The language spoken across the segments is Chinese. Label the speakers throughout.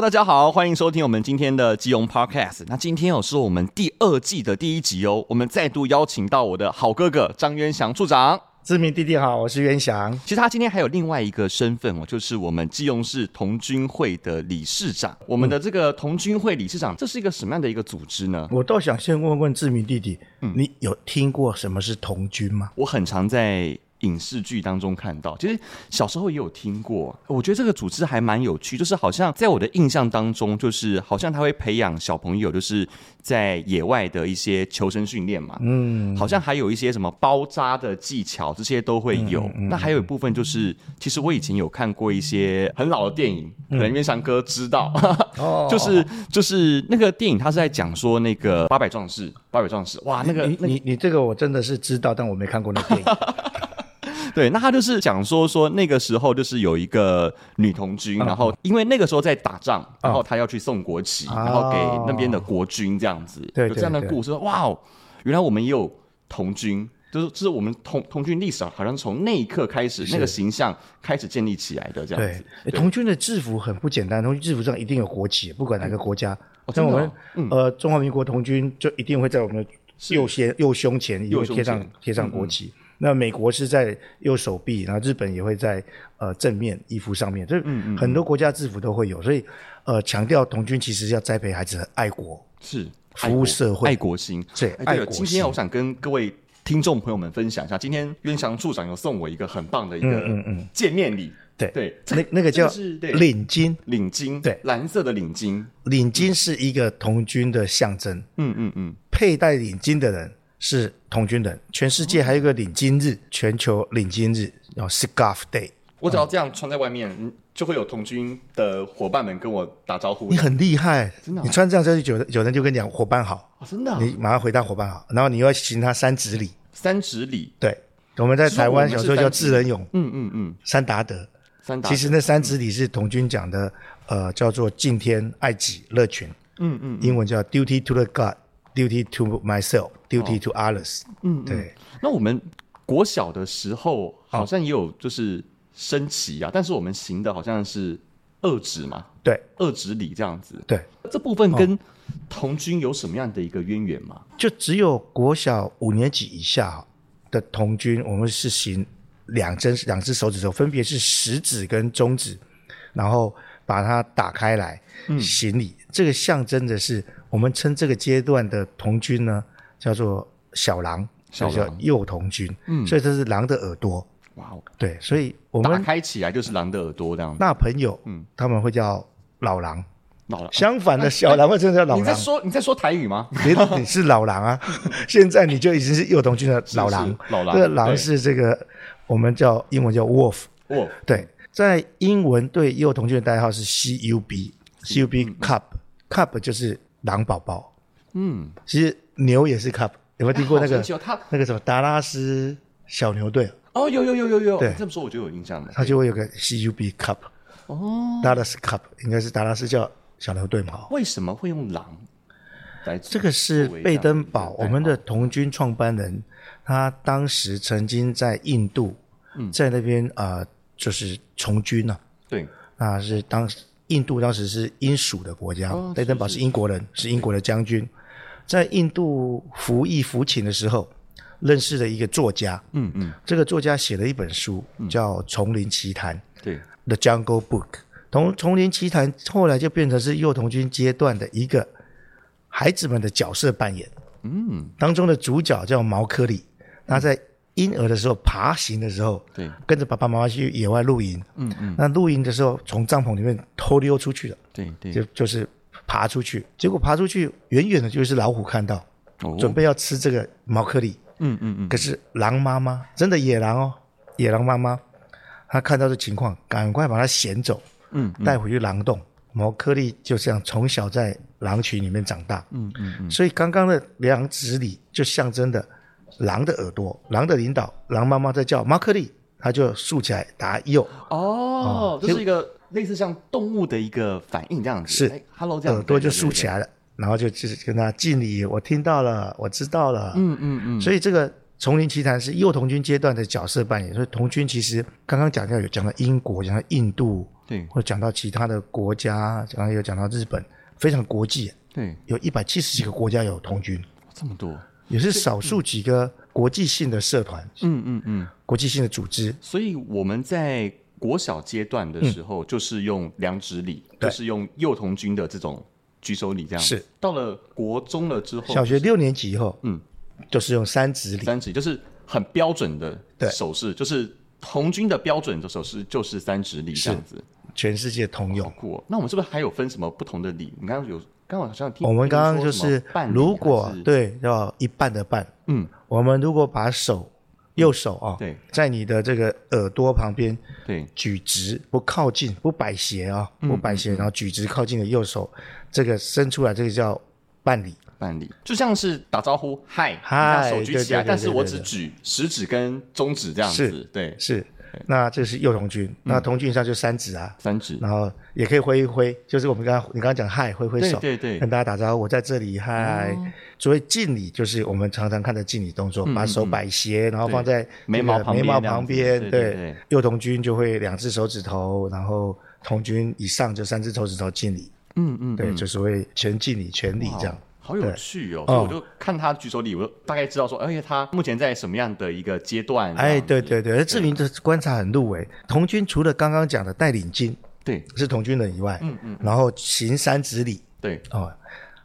Speaker 1: 大家好，欢迎收听我们今天的基隆 Podcast。那今天哦是我们第二季的第一集哦，我们再度邀请到我的好哥哥张渊祥处长。
Speaker 2: 志明弟弟好，我是袁翔。
Speaker 1: 其实他今天还有另外一个身份哦，就是我们基隆市童军会的理事长。我们的这个童军会理事长，这是一个什么样的一个组织呢？
Speaker 2: 我倒想先问问志明弟弟，
Speaker 1: 嗯
Speaker 2: 你有听过什么是童军吗？
Speaker 1: 我很常在影视剧当中看到，其实小时候也有听过。我觉得这个组织还蛮有趣，就是好像在我的印象当中，就是好像他会培养小朋友，就是在野外的一些求生训练嘛。嗯，好像还有一些什么包扎的技巧，这些都会
Speaker 2: 嗯
Speaker 1: 有。那还有一部分就是，其实我以前有看过一些很老的电影，可能面翔哥知道，
Speaker 2: 嗯哦
Speaker 1: 就是就是那个电影，他是在讲说那个八百壮士，八百壮士，哇，那个
Speaker 2: 你你你这个我真的是知道，但我没看过那电影。
Speaker 1: 对，那他就是讲说说那个时候就是有一个女童军，
Speaker 2: 嗯
Speaker 1: 然后因为那个时候在打仗，然后他要去送国旗，然后给那边的国军这样子，
Speaker 2: 对
Speaker 1: 有
Speaker 2: 哦
Speaker 1: 这
Speaker 2: 对
Speaker 1: 样的故事。哇哦，原来我们也有童军。就是，就是我们童童军历史好像从那一刻开始，那个形象开始建立起来的这样
Speaker 2: 对
Speaker 1: 子。，
Speaker 2: 诶童军的制服很不简单，童军制服上一定有国旗，不管哪个国家。
Speaker 1: 真
Speaker 2: 像
Speaker 1: 的
Speaker 2: 我
Speaker 1: 哦
Speaker 2: 们呃中华民国童军就一定会在我们的右肩右胸前也
Speaker 1: 右
Speaker 2: 会
Speaker 1: 胸
Speaker 2: 贴上
Speaker 1: 前嗯
Speaker 2: 贴上国旗。那美国是在右手臂，然后日本也会在呃正面衣服上面，
Speaker 1: 嗯
Speaker 2: 就是很多国家制服都会有，所以呃强调童军其实要栽培孩子的爱国。
Speaker 1: 是
Speaker 2: 服
Speaker 1: 爱国
Speaker 2: 务社会
Speaker 1: 爱国心。
Speaker 2: 对
Speaker 1: 哎
Speaker 2: 爱
Speaker 1: 了
Speaker 2: 国
Speaker 1: 今
Speaker 2: 心
Speaker 1: 天我想跟各位听众朋友们分享一下，今天渊翔处长有送我一个很棒的一个见面礼。
Speaker 2: 对
Speaker 1: 对，这
Speaker 2: 嗯那那个
Speaker 1: 这
Speaker 2: 叫
Speaker 1: 个是对
Speaker 2: 领巾，
Speaker 1: 领巾，
Speaker 2: 对
Speaker 1: 蓝色的领巾，
Speaker 2: 领巾是一个童军的象征。
Speaker 1: 嗯嗯嗯，
Speaker 2: 佩戴领巾的人是童军人。全世界还有一个领巾
Speaker 1: 嗯
Speaker 2: 日，全球领巾日，然后 Scarf Day。
Speaker 1: 我只要这样穿在外面，嗯就会有童军的伙伴们跟我打招呼
Speaker 2: 你。很厉害，
Speaker 1: 真的啊
Speaker 2: 你穿这样就有人有人就跟你讲伙伴好，
Speaker 1: 哦真的啊，
Speaker 2: 你马上回答伙伴好，然后你又要行他三指礼。
Speaker 1: 三指礼，
Speaker 2: 对，我们在台湾
Speaker 1: 是
Speaker 2: 小
Speaker 1: 我们
Speaker 2: 时候
Speaker 1: 是
Speaker 2: 叫
Speaker 1: 三指
Speaker 2: 智仁勇、
Speaker 1: 嗯嗯嗯，
Speaker 2: 三达德。
Speaker 1: 三打，
Speaker 2: 其实那三指礼是童军讲的，呃，叫做敬天爱己乐群，
Speaker 1: 嗯嗯。
Speaker 2: 英文叫 duty to the God。Duty to myself, duty to others、
Speaker 1: 哦嗯
Speaker 2: 对，
Speaker 1: 那我们国小的时候好像也有就是升旗啊，但是我们行的好像是二指嘛，
Speaker 2: 对，
Speaker 1: 二指礼这样子。
Speaker 2: 对，哦
Speaker 1: 这部分跟童军有什么样的一个渊源吗？
Speaker 2: 就只有国小五年级以下的童军，我们是行两针两只手指头，分别是食指跟中指，然后把它打开来
Speaker 1: 嗯
Speaker 2: 行礼。这个象征的是我们称这个阶段的童军呢，叫做小狼，
Speaker 1: 小
Speaker 2: 就
Speaker 1: 狼
Speaker 2: 叫幼童军。嗯，所以这是狼的耳朵。
Speaker 1: 哇哦，
Speaker 2: 对，所以我
Speaker 1: 打
Speaker 2: 们
Speaker 1: 开嗯起来就是狼的耳朵这样子。
Speaker 2: 那朋友，他们会叫老狼。
Speaker 1: 老了，
Speaker 2: 相反的，小 狼会真的叫老
Speaker 1: 你在
Speaker 2: 狼。
Speaker 1: 说你在说台语吗？
Speaker 2: 你你是老狼啊，现在你就已经是幼童军的老狼。
Speaker 1: 是是老狼
Speaker 2: 这个狼
Speaker 1: 对
Speaker 2: 是这个我们叫英文叫 wolf，
Speaker 1: 哦，
Speaker 2: 对，在英文对幼童军的代号是 CUB，CUB cub，cub 就是狼宝宝。
Speaker 1: 嗯，
Speaker 2: 其实牛也是 cub，有没有听过那
Speaker 1: 好
Speaker 2: 个
Speaker 1: 神奇哦他
Speaker 2: 那个什么达拉斯小牛队，
Speaker 1: 哦，有有有有有，
Speaker 2: 对
Speaker 1: 你这么说我就有印象了。
Speaker 2: 它就会有个 CUB cub，
Speaker 1: 哦，
Speaker 2: 达拉斯 cub 应该是达拉斯叫小牛队嘛。哦
Speaker 1: 为什么会用狼来做？
Speaker 2: 这个是贝登堡，
Speaker 1: 作为
Speaker 2: 我们的童军创办人，他当时曾经在印度，在那边啊、呃就是从军啊，
Speaker 1: 对
Speaker 2: 那是当时印度当时是英属的国家，
Speaker 1: 哦
Speaker 2: 贝登堡是英国人，是英国的将军，在印度服役服勤的时候，认识了一个作家，
Speaker 1: 嗯嗯
Speaker 2: 这个作家写了一本书叫《丛林奇谈》
Speaker 1: 对，
Speaker 2: The Jungle Book》。从《丛林奇谈》后来就变成是幼童军阶段的一个孩子们的角色扮演。
Speaker 1: 嗯
Speaker 2: 当中的主角叫毛科里，他在婴儿的时候爬行的时候，
Speaker 1: 对，
Speaker 2: 跟着爸爸妈妈去野外露营，
Speaker 1: 嗯嗯
Speaker 2: 那露营的时候从帐篷里面偷溜出去了，
Speaker 1: 对对
Speaker 2: 就就是爬出去，结果爬出去远远的就是老虎看到，
Speaker 1: 哦
Speaker 2: 准备要吃这个毛科里，
Speaker 1: 嗯嗯嗯
Speaker 2: 可是狼妈妈真的野狼哦，野狼妈妈，她看到这情况，赶快把它衔走，
Speaker 1: 嗯，
Speaker 2: 带回去狼洞。毛科利就这样从小在狼群里面长大，
Speaker 1: 嗯嗯嗯
Speaker 2: 所以刚刚的两指里就象征的狼的耳朵，狼的领导，狼妈妈在叫马克利，它就竖起来答右，
Speaker 1: 哦，这是一个类似像动物的一个反应这样子，
Speaker 2: 是
Speaker 1: 哎，hello 这样
Speaker 2: 耳朵就竖起
Speaker 1: 来，
Speaker 2: 来了，然后就就是跟他敬礼，我听到了，我知道了。
Speaker 1: 嗯嗯嗯，
Speaker 2: 所以这个《丛林奇谭》是幼童军阶段的角色扮演，所以童军其实刚刚讲到有讲到英国，讲到印度，
Speaker 1: 对
Speaker 2: 或者讲到其他的国家，刚刚有讲到日本，非常国际，
Speaker 1: 对，
Speaker 2: 有一百七十几个国家有童军，
Speaker 1: 这么多，
Speaker 2: 也是少数几个国际性的社团、
Speaker 1: 嗯嗯嗯，
Speaker 2: 国际性的组织。
Speaker 1: 所以我们在国小阶段的时候，就是用良知礼，就
Speaker 2: 嗯对
Speaker 1: 是用幼童军的这种举手礼，这样
Speaker 2: 是。
Speaker 1: 到了国中了之后，
Speaker 2: 小学六年级以后，
Speaker 1: 哦嗯，
Speaker 2: 就是用三指礼，
Speaker 1: 三指就是很标准的
Speaker 2: 对
Speaker 1: 手势，就是童军的标准的手势就是三指礼这样子。
Speaker 2: 全世界通
Speaker 1: 好
Speaker 2: 用。
Speaker 1: 酷哦！那我们是不是还有分什么不同的礼？你刚刚有，刚刚好像听
Speaker 2: 我们刚刚就
Speaker 1: 听说什
Speaker 2: 是
Speaker 1: 么半，礼
Speaker 2: 如果
Speaker 1: 还是
Speaker 2: 对要一半的半，
Speaker 1: 嗯，
Speaker 2: 我们如果把手右手啊、
Speaker 1: 对
Speaker 2: 在你的这个耳朵旁边
Speaker 1: 对
Speaker 2: 举直，不靠近，不摆斜啊、
Speaker 1: 嗯
Speaker 2: 不摆斜，然后举直靠近的右手，这个伸出来，这个叫半礼。
Speaker 1: 半礼，就像是打招呼嗨，你把
Speaker 2: 嗨
Speaker 1: 手举起来，
Speaker 2: 对对对对
Speaker 1: 但是我
Speaker 2: 对
Speaker 1: 只
Speaker 2: 对
Speaker 1: 举食指跟中指这样
Speaker 2: 是
Speaker 1: 子，对，嗯
Speaker 2: 是，那这是右同军，那同军上就三指啊，
Speaker 1: 三指，
Speaker 2: 然后也可以挥一挥，就是我们刚刚你刚刚讲嗨，挥挥手，
Speaker 1: 对对对
Speaker 2: 跟大家打招呼，我在这里嗨。
Speaker 1: 哦
Speaker 2: 所谓敬礼，就是我们常常看的敬礼动作，把手摆斜，然后放在
Speaker 1: 嗯眉
Speaker 2: 这个
Speaker 1: 毛旁
Speaker 2: 眉
Speaker 1: 边
Speaker 2: 毛
Speaker 1: 这样
Speaker 2: 旁
Speaker 1: 子
Speaker 2: 边，
Speaker 1: 对对对
Speaker 2: 右同军就会两只手指头，然后同军以上就三只手指头敬礼，
Speaker 1: 嗯嗯，哦
Speaker 2: 对，就所谓全敬礼、全礼
Speaker 1: 哇
Speaker 2: 这样。
Speaker 1: 好有
Speaker 2: 对
Speaker 1: 趣哦！所
Speaker 2: 哦
Speaker 1: 以我就看他举手礼，我就大概知道说，哎，他目前在什么样的一个阶段？
Speaker 2: 哎，
Speaker 1: 这
Speaker 2: 对
Speaker 1: 样子
Speaker 2: 对对，志明的观察很入围。童军除了刚刚讲的带领巾
Speaker 1: 对
Speaker 2: 是童军人以外，嗯嗯，然后行三指礼
Speaker 1: 对
Speaker 2: 哦，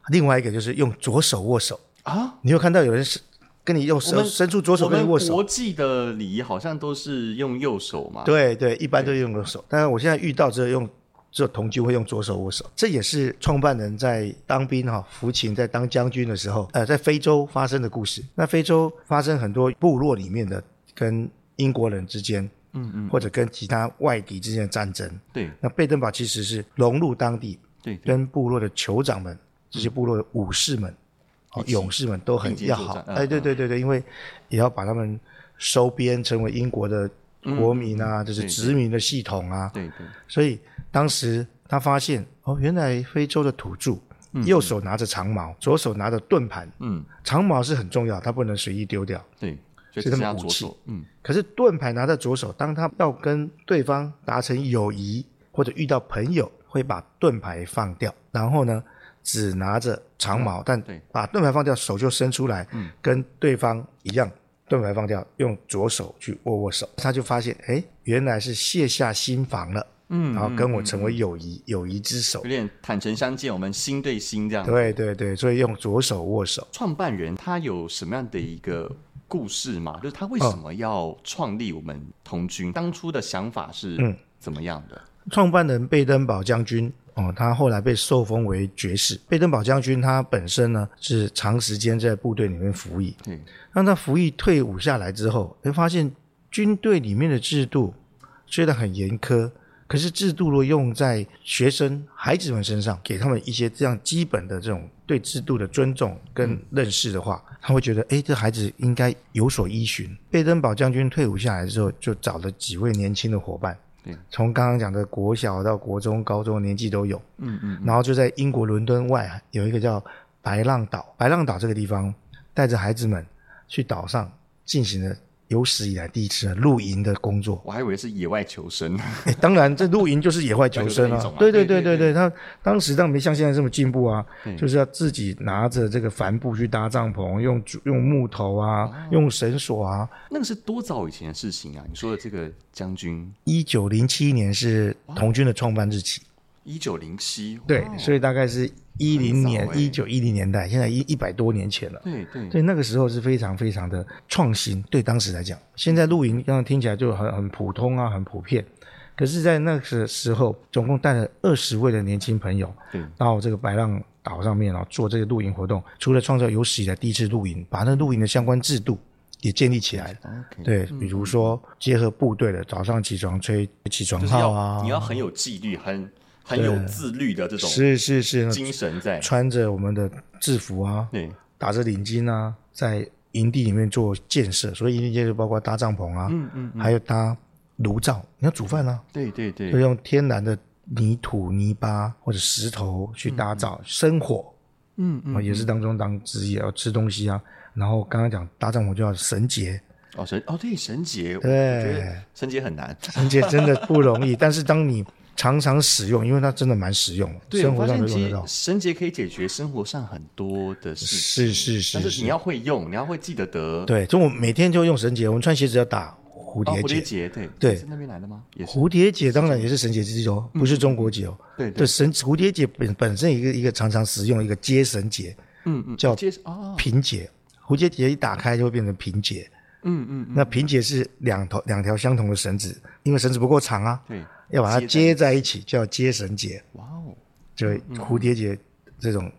Speaker 2: 另外一个就是用左手握手，
Speaker 1: 啊！
Speaker 2: 你有看到有人是跟你用
Speaker 1: 我
Speaker 2: 手
Speaker 1: 们
Speaker 2: 伸出左手
Speaker 1: 我
Speaker 2: 跟你
Speaker 1: 们
Speaker 2: 握手
Speaker 1: 国，际的礼仪好像都是用右手嘛，
Speaker 2: 对啊对，一般都用右手。但是我现在遇到只有用只有同居会用左手握手，这也是创办人在当兵哈、服勤在当将军的时候，呃，在非洲发生的故事。那非洲发生很多部落里面的跟英国人之间，嗯嗯，或者跟其他外敌之间的战争。
Speaker 1: 对
Speaker 2: 那贝登堡其实是融入当地，
Speaker 1: 对对
Speaker 2: 跟部落的酋长们、
Speaker 1: 嗯
Speaker 2: 这些部落的武士们、哦、勇士们都
Speaker 1: 并
Speaker 2: 很
Speaker 1: 肩
Speaker 2: 要
Speaker 1: 作
Speaker 2: 好
Speaker 1: 战。嗯
Speaker 2: 哎，对对对对，因为也要把他们收编成为英国的
Speaker 1: 嗯
Speaker 2: 国民啊，就是殖民的系统啊。
Speaker 1: 对对，
Speaker 2: 所以当时他发现，哦，原来非洲的土著右手拿着长矛，左手拿着盾盘。
Speaker 1: 嗯
Speaker 2: 长矛是很重要，他不能随意丢掉。
Speaker 1: 对，所以只
Speaker 2: 是他们
Speaker 1: 剩下
Speaker 2: 武
Speaker 1: 左
Speaker 2: 器
Speaker 1: 手，嗯
Speaker 2: 可是盾牌拿在左手，当他要跟对方达成友谊或者遇到朋友，会把盾牌放掉，然后呢，只拿着长矛，但
Speaker 1: 嗯对嗯
Speaker 2: 把盾牌放掉，手就伸出来，跟对方一样，盾牌放掉，用左手去握握手，他就发现，哎，原来是卸下心防了，
Speaker 1: 嗯，
Speaker 2: 然后跟我
Speaker 1: 嗯
Speaker 2: 成为友谊，友谊之手
Speaker 1: 有。点坦诚相见，我们心对心这样。
Speaker 2: 对对对，所以用左手握手。
Speaker 1: 创办人他有什么样的一个故事吗？就是他为什么要创立我们童军？当初的想法是
Speaker 2: 嗯
Speaker 1: 怎么样的？
Speaker 2: 创办人贝登堡将军哦，他后来被受封为爵士。贝登堡将军他本身呢是长时间在部队里面服役，
Speaker 1: 对，
Speaker 2: 让他服役退伍下来之后，会发现军队里面的制度虽然很严苛，可是制度若用在学生孩子们身上，给他们一些这样基本的这种对制度的尊重跟认识的话，他会觉得，哎，这孩子应该有所依循。贝登堡将军退伍下来之后，就找了几位年轻的伙伴
Speaker 1: 对。
Speaker 2: 从刚刚讲的国小到国中、高中年纪都有，
Speaker 1: 嗯嗯，
Speaker 2: 然后就在英国伦敦外海有一个叫白浪岛，白浪岛这个地方，带着孩子们去岛上进行了有史以来第一次的露营的工作。
Speaker 1: 我还以为是野外求生。
Speaker 2: 诶当然，这露营就是野外求生
Speaker 1: 就是那一种
Speaker 2: 啊
Speaker 1: 啊。
Speaker 2: 对对
Speaker 1: 对
Speaker 2: 对
Speaker 1: 对
Speaker 2: 对
Speaker 1: 对嗯
Speaker 2: 对，他当时当然没像现在这么进步啊
Speaker 1: 对，
Speaker 2: 就是要自己拿着这个帆布去搭帐篷，用竹用木头
Speaker 1: 哦
Speaker 2: 啊，用绳索啊。
Speaker 1: 那个是多早以前的事情啊？你说的这个将军，
Speaker 2: 一九零七年是童军的创办日期，
Speaker 1: 一九零七，
Speaker 2: 对
Speaker 1: 哇，
Speaker 2: 所以大概是一零年
Speaker 1: 哦很早欸
Speaker 2: 一九一零年代，现在一一百多年前了。
Speaker 1: 对对
Speaker 2: 对，那个时候是非常非常的创新，对当时来讲，现在露营刚刚听起来就很很普通啊，很普遍。可是，在那个时候，总共带了二十位的年轻朋友
Speaker 1: 对
Speaker 2: 到这个白浪岛上面啊、做这个露营活动，除了创造有史以来第一次露营，把那露营的相关制度也建立起来了。
Speaker 1: ，OK，
Speaker 2: 对，比如说结合部队的早上起床吹起床
Speaker 1: 就是
Speaker 2: 号
Speaker 1: 要
Speaker 2: 啊
Speaker 1: 你，要很有纪律，很很有自律的这种
Speaker 2: 是是是，
Speaker 1: 精神在。
Speaker 2: 穿着我们的制服啊，
Speaker 1: 对，
Speaker 2: 打着领巾啊，在营地里面做建设，所以营地建设包括搭帐篷啊，
Speaker 1: 嗯嗯，
Speaker 2: 还有搭炉灶，你要煮饭啊，
Speaker 1: 对对
Speaker 2: 就
Speaker 1: 对，
Speaker 2: 用天然的泥土、泥巴或者石头去搭灶，生火
Speaker 1: 嗯嗯，
Speaker 2: 啊，也是当中当职业，要吃东西啊。然后刚刚讲搭帐篷就要绳结，
Speaker 1: 哦神哦对神杰，我
Speaker 2: 对
Speaker 1: 觉得神杰很难，
Speaker 2: 绳结真的不容易，但是当你常常使用，因为它真的蛮实用的，
Speaker 1: 对，
Speaker 2: 生
Speaker 1: 我发
Speaker 2: 活
Speaker 1: 现
Speaker 2: 上都用
Speaker 1: 其
Speaker 2: 得
Speaker 1: 实
Speaker 2: 到。
Speaker 1: 绳结可以解决生活上很多的事情，
Speaker 2: 是是
Speaker 1: 但
Speaker 2: 是
Speaker 1: 是你要会用，你要会记得得。
Speaker 2: 对，就我每天就用绳结，我们穿鞋子要打蝴
Speaker 1: 哦，
Speaker 2: 蝶
Speaker 1: 蝴
Speaker 2: 结
Speaker 1: 蝶。结，对
Speaker 2: 对
Speaker 1: 是那边来的吗？也是，
Speaker 2: 蝴蝶结当然也是绳结之一哦，不是中国结哦。
Speaker 1: 对对
Speaker 2: 对，绳蝴蝶结本本身一个一个常常使用的一个接绳结、
Speaker 1: 嗯嗯，
Speaker 2: 叫
Speaker 1: 接哦，
Speaker 2: 平结，蝴蝶结一打开就会变成平结。
Speaker 1: 嗯嗯嗯，
Speaker 2: 那平结是两头两条相同的绳子，因为绳子不够长啊，
Speaker 1: 对，
Speaker 2: 要把它
Speaker 1: 接
Speaker 2: 接在一起叫接绳结。
Speaker 1: 哇哦，
Speaker 2: 就蝴蝶结这种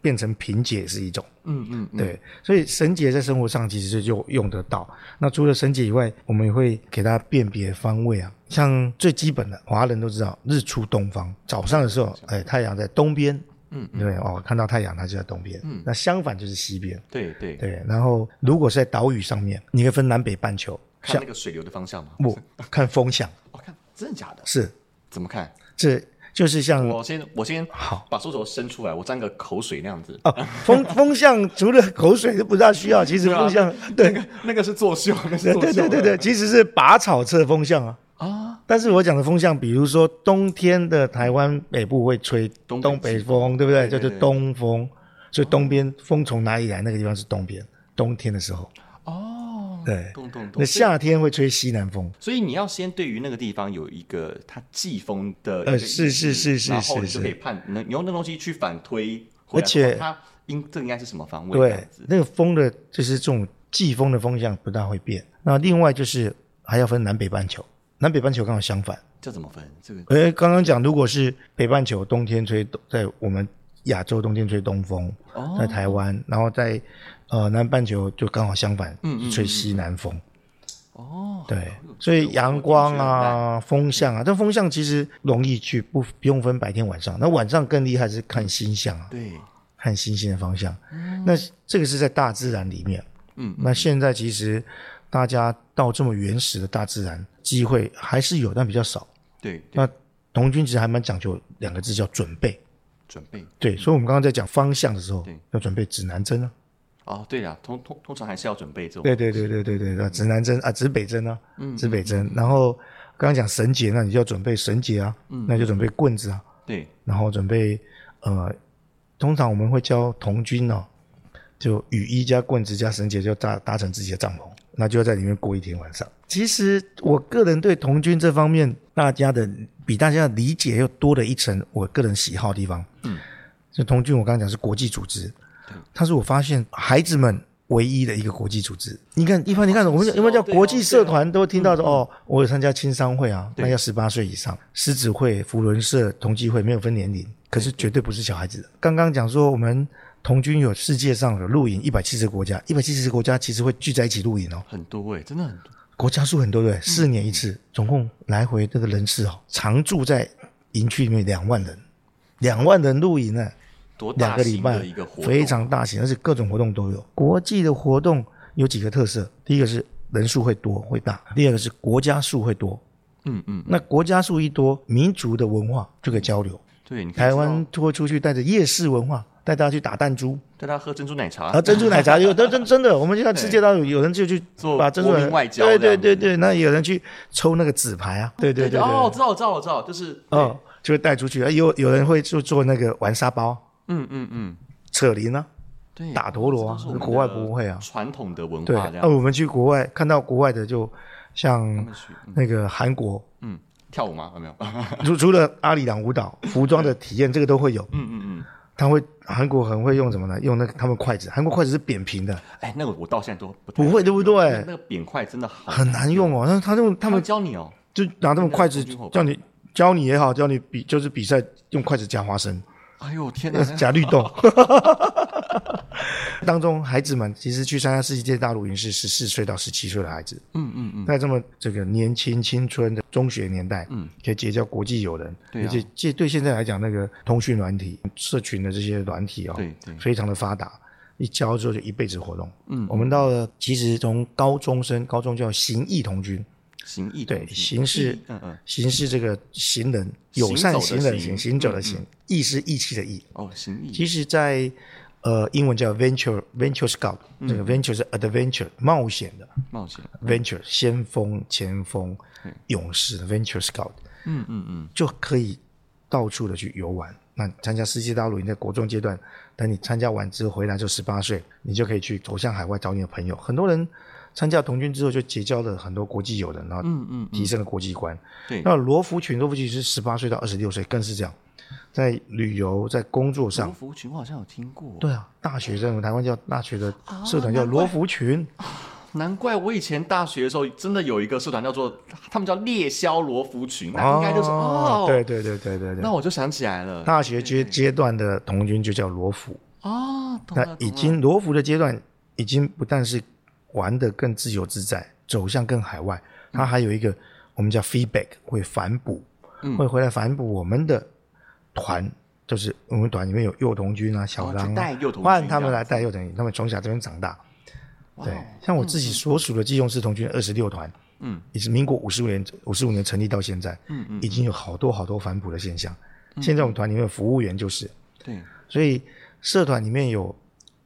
Speaker 2: 变成平结是一种。
Speaker 1: 嗯嗯，嗯，
Speaker 2: 对，所以绳结在生活上其实就用得到。那除了绳结以外，我们也会给它辨别方位啊。像最基本的，华人都知道日出东方，早上的时候，哎，太阳在东边，
Speaker 1: 嗯，
Speaker 2: 对哦，看到太阳它就在东边，嗯，那相反就是西边，
Speaker 1: 对对，
Speaker 2: 对。然后如果是在岛屿上面，你可以分南北半球，
Speaker 1: 看那个水流的方向吗？
Speaker 2: 不看风向
Speaker 1: 我看真的假的？
Speaker 2: 是
Speaker 1: 怎么看？
Speaker 2: 这就是像
Speaker 1: 我先我先
Speaker 2: 好
Speaker 1: 把手肘伸出来，我沾个口水那样子。
Speaker 2: 哦，风 风向除了口水都不大需要，其实
Speaker 1: 对啊
Speaker 2: 风向对
Speaker 1: 那个那个是作秀，那是
Speaker 2: 对
Speaker 1: 作秀
Speaker 2: 对对对对，其实是拔草测风向啊。
Speaker 1: 啊，
Speaker 2: 但是我讲的风向，比如说冬天的台湾北部会吹
Speaker 1: 东北
Speaker 2: 东北风，对不
Speaker 1: 对
Speaker 2: 对？
Speaker 1: 对
Speaker 2: 叫
Speaker 1: 对
Speaker 2: 做东风，所以东边风从哪里来？那个地方是东边，冬天的时候。
Speaker 1: 哦，
Speaker 2: 对
Speaker 1: 咚咚咚。
Speaker 2: 那夏天会吹西南风，
Speaker 1: 所以你要先对于那个地方有一个它季风的一个
Speaker 2: 呃
Speaker 1: 意识，
Speaker 2: 是是是是
Speaker 1: 然后你
Speaker 2: 是
Speaker 1: 就是可以判，能你用那东西去反推回来，
Speaker 2: 而且
Speaker 1: 说它应这应该是什么方位？这
Speaker 2: 对
Speaker 1: 样子，
Speaker 2: 那个风的就是这种季风的风向不大会变。那另外就是还要分南北半球，南北半球刚好相反。
Speaker 1: 这怎么分？这个
Speaker 2: 哎，刚刚讲，如果是北半球冬天吹，在我们亚洲冬天吹东风，
Speaker 1: 哦
Speaker 2: 在台湾，然后在呃南半球就刚好相反，
Speaker 1: 嗯嗯嗯
Speaker 2: 吹西南风。
Speaker 1: 哦，
Speaker 2: 对，所以阳光啊、风向啊，但风向其实容易去不不用分白天晚上，那晚上更厉害是看星象啊，
Speaker 1: 对，
Speaker 2: 看星星的方向。那这个是在大自然里面，
Speaker 1: 哦嗯，
Speaker 2: 那现在其实大家到这么原始的大自然，机会还是有，但比较少。
Speaker 1: 对对，
Speaker 2: 那童军其实还蛮讲究两个字叫准备。
Speaker 1: 准备。
Speaker 2: 对，所以我们刚刚在讲方向的时候
Speaker 1: 嗯对，
Speaker 2: 要准备指南针啊。
Speaker 1: 哦，对了，通通通常还是要准备这种。
Speaker 2: 对对对对对对，指南针啊，指北针啊，指北针。然后刚刚讲绳结，那你就要准备绳结啊，那就准备棍子啊，
Speaker 1: 对，
Speaker 2: 然后准备呃，通常我们会教童军哦，就雨衣加棍子加绳结，就搭搭成自己的帐篷，那就要在里面过一天晚上。其实我个人对童军这方面，大家的比大家的理解又多了一层，我个人喜好的地方。
Speaker 1: 嗯，
Speaker 2: 就童军，我刚刚讲是国际组织，它是我发现孩子们。唯一的一个国际组织，你看，一般你看，我们
Speaker 1: 是哦
Speaker 2: 有没有叫
Speaker 1: 对哦
Speaker 2: 国际社团？
Speaker 1: 对哦
Speaker 2: 都听到的哦，我有参加青商会啊，
Speaker 1: 对
Speaker 2: 那要十八岁以上，狮子会、福伦社、同济会没有分年龄，可是绝对不是小孩子的。刚刚讲说我们童军有世界上有露营一百七十国家，一百七十国家其实会聚在一起露营哦，
Speaker 1: 很多哎、真的很多。
Speaker 2: 国家数很多
Speaker 1: 嗯
Speaker 2: 对不对，四年一次，总共来回这个人次哦，常住在营区里面两万人，两万人露营呢、
Speaker 1: 多
Speaker 2: 两
Speaker 1: 大
Speaker 2: 个礼
Speaker 1: 型
Speaker 2: 拜
Speaker 1: 的一个活动，
Speaker 2: 非常大型，而且各种活动都有。国际的活动有几个特色，第一个是人数会多会大，第二个是国家数会多。
Speaker 1: 嗯嗯，
Speaker 2: 那国家数一多，民族的文化就可以交流。
Speaker 1: 对，你可以
Speaker 2: 台
Speaker 1: 知道
Speaker 2: 湾会出去带着夜市文化，带大家去打弹珠，
Speaker 1: 带他喝珍珠奶茶，
Speaker 2: 然后珍 珠奶茶有真真真的，我们现在世界上有有人就去
Speaker 1: 做
Speaker 2: 把珍珠
Speaker 1: 国
Speaker 2: 奶
Speaker 1: 民外交这
Speaker 2: 对对
Speaker 1: 样
Speaker 2: 对对，那有人去抽那个纸牌啊，对对
Speaker 1: 对
Speaker 2: 对对，
Speaker 1: 哦，我知道我知道我知道，就是
Speaker 2: 哦，就会带出去。哎有有人会就做那个玩沙包、
Speaker 1: 嗯嗯嗯，
Speaker 2: 扯铃啊，
Speaker 1: 对，
Speaker 2: 打陀螺啊
Speaker 1: 嗯这都是我们
Speaker 2: 国外
Speaker 1: 的
Speaker 2: 不会啊
Speaker 1: 传统的文
Speaker 2: 对。
Speaker 1: 化这
Speaker 2: 那、
Speaker 1: 样，
Speaker 2: 我们去国外看到国外的，就
Speaker 1: 他
Speaker 2: 像
Speaker 1: 们去嗯
Speaker 2: 那个韩国，
Speaker 1: 嗯跳舞吗？有没有？
Speaker 2: 除除了阿里郎舞蹈、服装的体验，这个都会有。
Speaker 1: 嗯嗯嗯，
Speaker 2: 他会韩国很会用什么呢？用那个他们筷子，韩国筷子是扁平的，
Speaker 1: 哎，那个我到现在都不太
Speaker 2: 不会对不
Speaker 1: 那
Speaker 2: 对？
Speaker 1: 那个扁块真的好，
Speaker 2: 很难用哦。那他用
Speaker 1: 他
Speaker 2: 他
Speaker 1: 们
Speaker 2: 们
Speaker 1: 教你哦，
Speaker 2: 就拿他们筷子
Speaker 1: 那个空军火炮
Speaker 2: 叫你教你也好，教你比就是比赛用筷子夹 花生、
Speaker 1: 哎呦天哪，
Speaker 2: 夹绿豆。 当中孩子们其实去参加世界大陆营是十四岁到十七岁的孩子，
Speaker 1: 嗯嗯嗯，
Speaker 2: 在这么这个年轻青春的中学年代，嗯，可以结交国际友人，
Speaker 1: 对啊
Speaker 2: 而且这对现在来讲，那个通讯软体、社群的这些软体哦，
Speaker 1: 对对
Speaker 2: 非常的发达。一交之后就一辈子活动。嗯，我们到了其实从高中生，高中叫行义同军，
Speaker 1: 行义
Speaker 2: 对
Speaker 1: 同，居
Speaker 2: 行是
Speaker 1: 嗯嗯，
Speaker 2: 行是这个行人，友善行人行，行走的
Speaker 1: 嗯
Speaker 2: 行，义是义气的义。
Speaker 1: 哦行义，
Speaker 2: 其实在，呃英文叫 venture venture scout，
Speaker 1: 嗯
Speaker 2: 这个 venture 是 adventure 冒险的，
Speaker 1: 冒险，
Speaker 2: venture 先锋、前锋、勇士的 venture scout。
Speaker 1: 嗯嗯嗯，
Speaker 2: 就可以到处的去游玩。那参加世界大陆，你在国中阶段，等你参加完之后回来就十八岁，你就可以去走向海外找你的朋友。很多人参加童军之后就结交了很多国际友人，然后
Speaker 1: 嗯嗯
Speaker 2: 提升了国际观。
Speaker 1: 对
Speaker 2: 那罗福群，罗福群是十八岁到二十六岁，更是这样，在旅游、在工作上
Speaker 1: 罗，浮群我好像有听过，
Speaker 2: 对啊，大学生台湾叫大学的社
Speaker 1: 哦
Speaker 2: 团叫
Speaker 1: 难怪
Speaker 2: 罗福群，
Speaker 1: 难怪我以前大学的时候真的有一个社团叫做他们叫猎枭罗浮群，那应该就是哦，
Speaker 2: 对，对对对对对
Speaker 1: 那，我就想起来了，
Speaker 2: 大学阶阶段的童军就叫罗福，
Speaker 1: 哦，懂
Speaker 2: 那
Speaker 1: 了，懂
Speaker 2: 已
Speaker 1: 了
Speaker 2: 经罗浮的阶段，已经不但是玩得更自由自在，走向更海外，它还有一个我们叫 feedback 会反哺，
Speaker 1: 嗯
Speaker 2: 会回来反哺我们的团，就是我们团里面有幼童军啊、小
Speaker 1: 哦
Speaker 2: 狼
Speaker 1: 去
Speaker 2: 啊
Speaker 1: 带，幼童军
Speaker 2: 换他
Speaker 1: 这样
Speaker 2: 们来带幼童军，他们从小这边长大。
Speaker 1: 哇
Speaker 2: 对
Speaker 1: 哦，
Speaker 2: 像我自己所属的基隆市童军二十六团，
Speaker 1: 嗯，
Speaker 2: 也是民国五十五年五十五年成立到现在，
Speaker 1: 嗯嗯，
Speaker 2: 已经有好多好多反哺的现象。现在我们团里面的服务员就是，
Speaker 1: 对，
Speaker 2: 所以社团里面有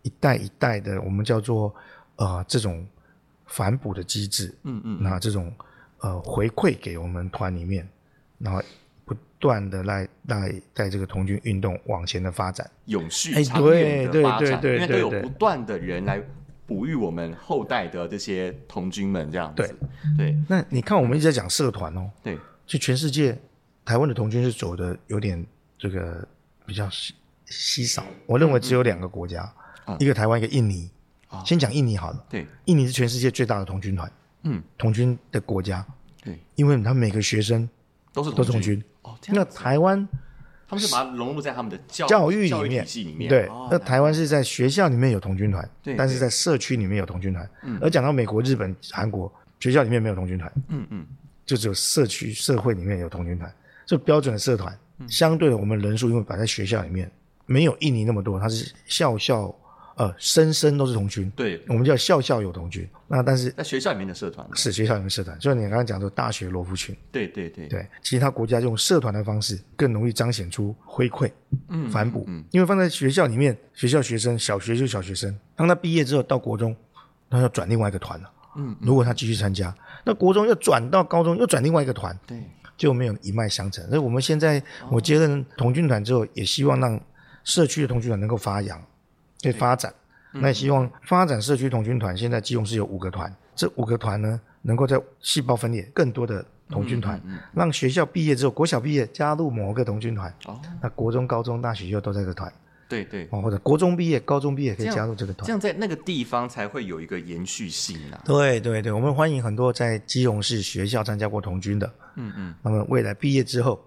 Speaker 2: 一代一代的，我们叫做呃这种反哺的机制，
Speaker 1: 嗯嗯，
Speaker 2: 那这种呃回馈给我们团里面，然后不断的来来带这个童军运动往前的发展。
Speaker 1: 永续
Speaker 2: 哎
Speaker 1: 长远
Speaker 2: 对
Speaker 1: 的发
Speaker 2: 对
Speaker 1: 展，
Speaker 2: 对对
Speaker 1: 因为都有
Speaker 2: 对对
Speaker 1: 不断的人来哺育我们后代的这些童军们，这样子，对
Speaker 2: 那你看，我们一直在讲社团哦，
Speaker 1: 对
Speaker 2: 就全世界台湾的童军是走的有点这个比较稀稀少，我认为只有两个国家，
Speaker 1: 嗯啊
Speaker 2: 一个台湾，一个印尼。先讲印尼好了，
Speaker 1: 对，
Speaker 2: 印尼是全世界最大的童军团，
Speaker 1: 嗯
Speaker 2: 童军的国家，
Speaker 1: 对，
Speaker 2: 因为他每个学生
Speaker 1: 都是
Speaker 2: 都是童
Speaker 1: 军
Speaker 2: 军。
Speaker 1: 哦，这
Speaker 2: 那
Speaker 1: 样子
Speaker 2: 台湾
Speaker 1: 他们是把它融入在他们的教
Speaker 2: 教育
Speaker 1: 教
Speaker 2: 里面
Speaker 1: 体系里面，
Speaker 2: 对
Speaker 1: 哦，
Speaker 2: 那台湾是在学校里面有童军团
Speaker 1: 对，嗯
Speaker 2: 但是
Speaker 1: 对
Speaker 2: 在社区里面有童军团。而讲到美国、日本、韩国，学校里面没有童军团，
Speaker 1: 嗯嗯
Speaker 2: 就只有社区社会里面有童军团，这标准的社团。
Speaker 1: 嗯
Speaker 2: 相对的，我们人数因为摆在学校里面，没有印尼那么多，它是校校呃生生都是童军，
Speaker 1: 对，
Speaker 2: 我们叫校校有童军。那但是
Speaker 1: 在学校里面的社团，
Speaker 2: 是学校里面社团，就像你刚刚讲说大学罗浮群，
Speaker 1: 对对对，
Speaker 2: 对，其他国家用社团的方式更容易彰显出回馈、
Speaker 1: 嗯
Speaker 2: 反哺，因为放在学校里面，学校学生小学就小学生，当他毕业之后到国中，他要转另外一个团了。
Speaker 1: 嗯，
Speaker 2: 如果他继续参加，那国中又转到高中，又转另外一个团，
Speaker 1: 对，
Speaker 2: 就没有一脉相承。所以我们现在我接任童军团之后，也希望让社区的童军团能够发扬、对发展。那也希望发展社区童军团，现在基隆市有五个团，这五个团呢，能够在细胞分裂更多的童军
Speaker 1: 嗯
Speaker 2: 团，让学校毕业之后，国小毕业加入某个童军团，
Speaker 1: 哦，
Speaker 2: 那国中、高中、大学又都在这个团，
Speaker 1: 对对，
Speaker 2: 哦，或者国中毕业、高中毕业可以
Speaker 1: 这样
Speaker 2: 加入这个团
Speaker 1: 这。样在那个地方才会有一个延续性啊，
Speaker 2: 对对对，我们欢迎很多在基隆市学校参加过童军的，
Speaker 1: 嗯嗯，
Speaker 2: 那么未来毕业之后，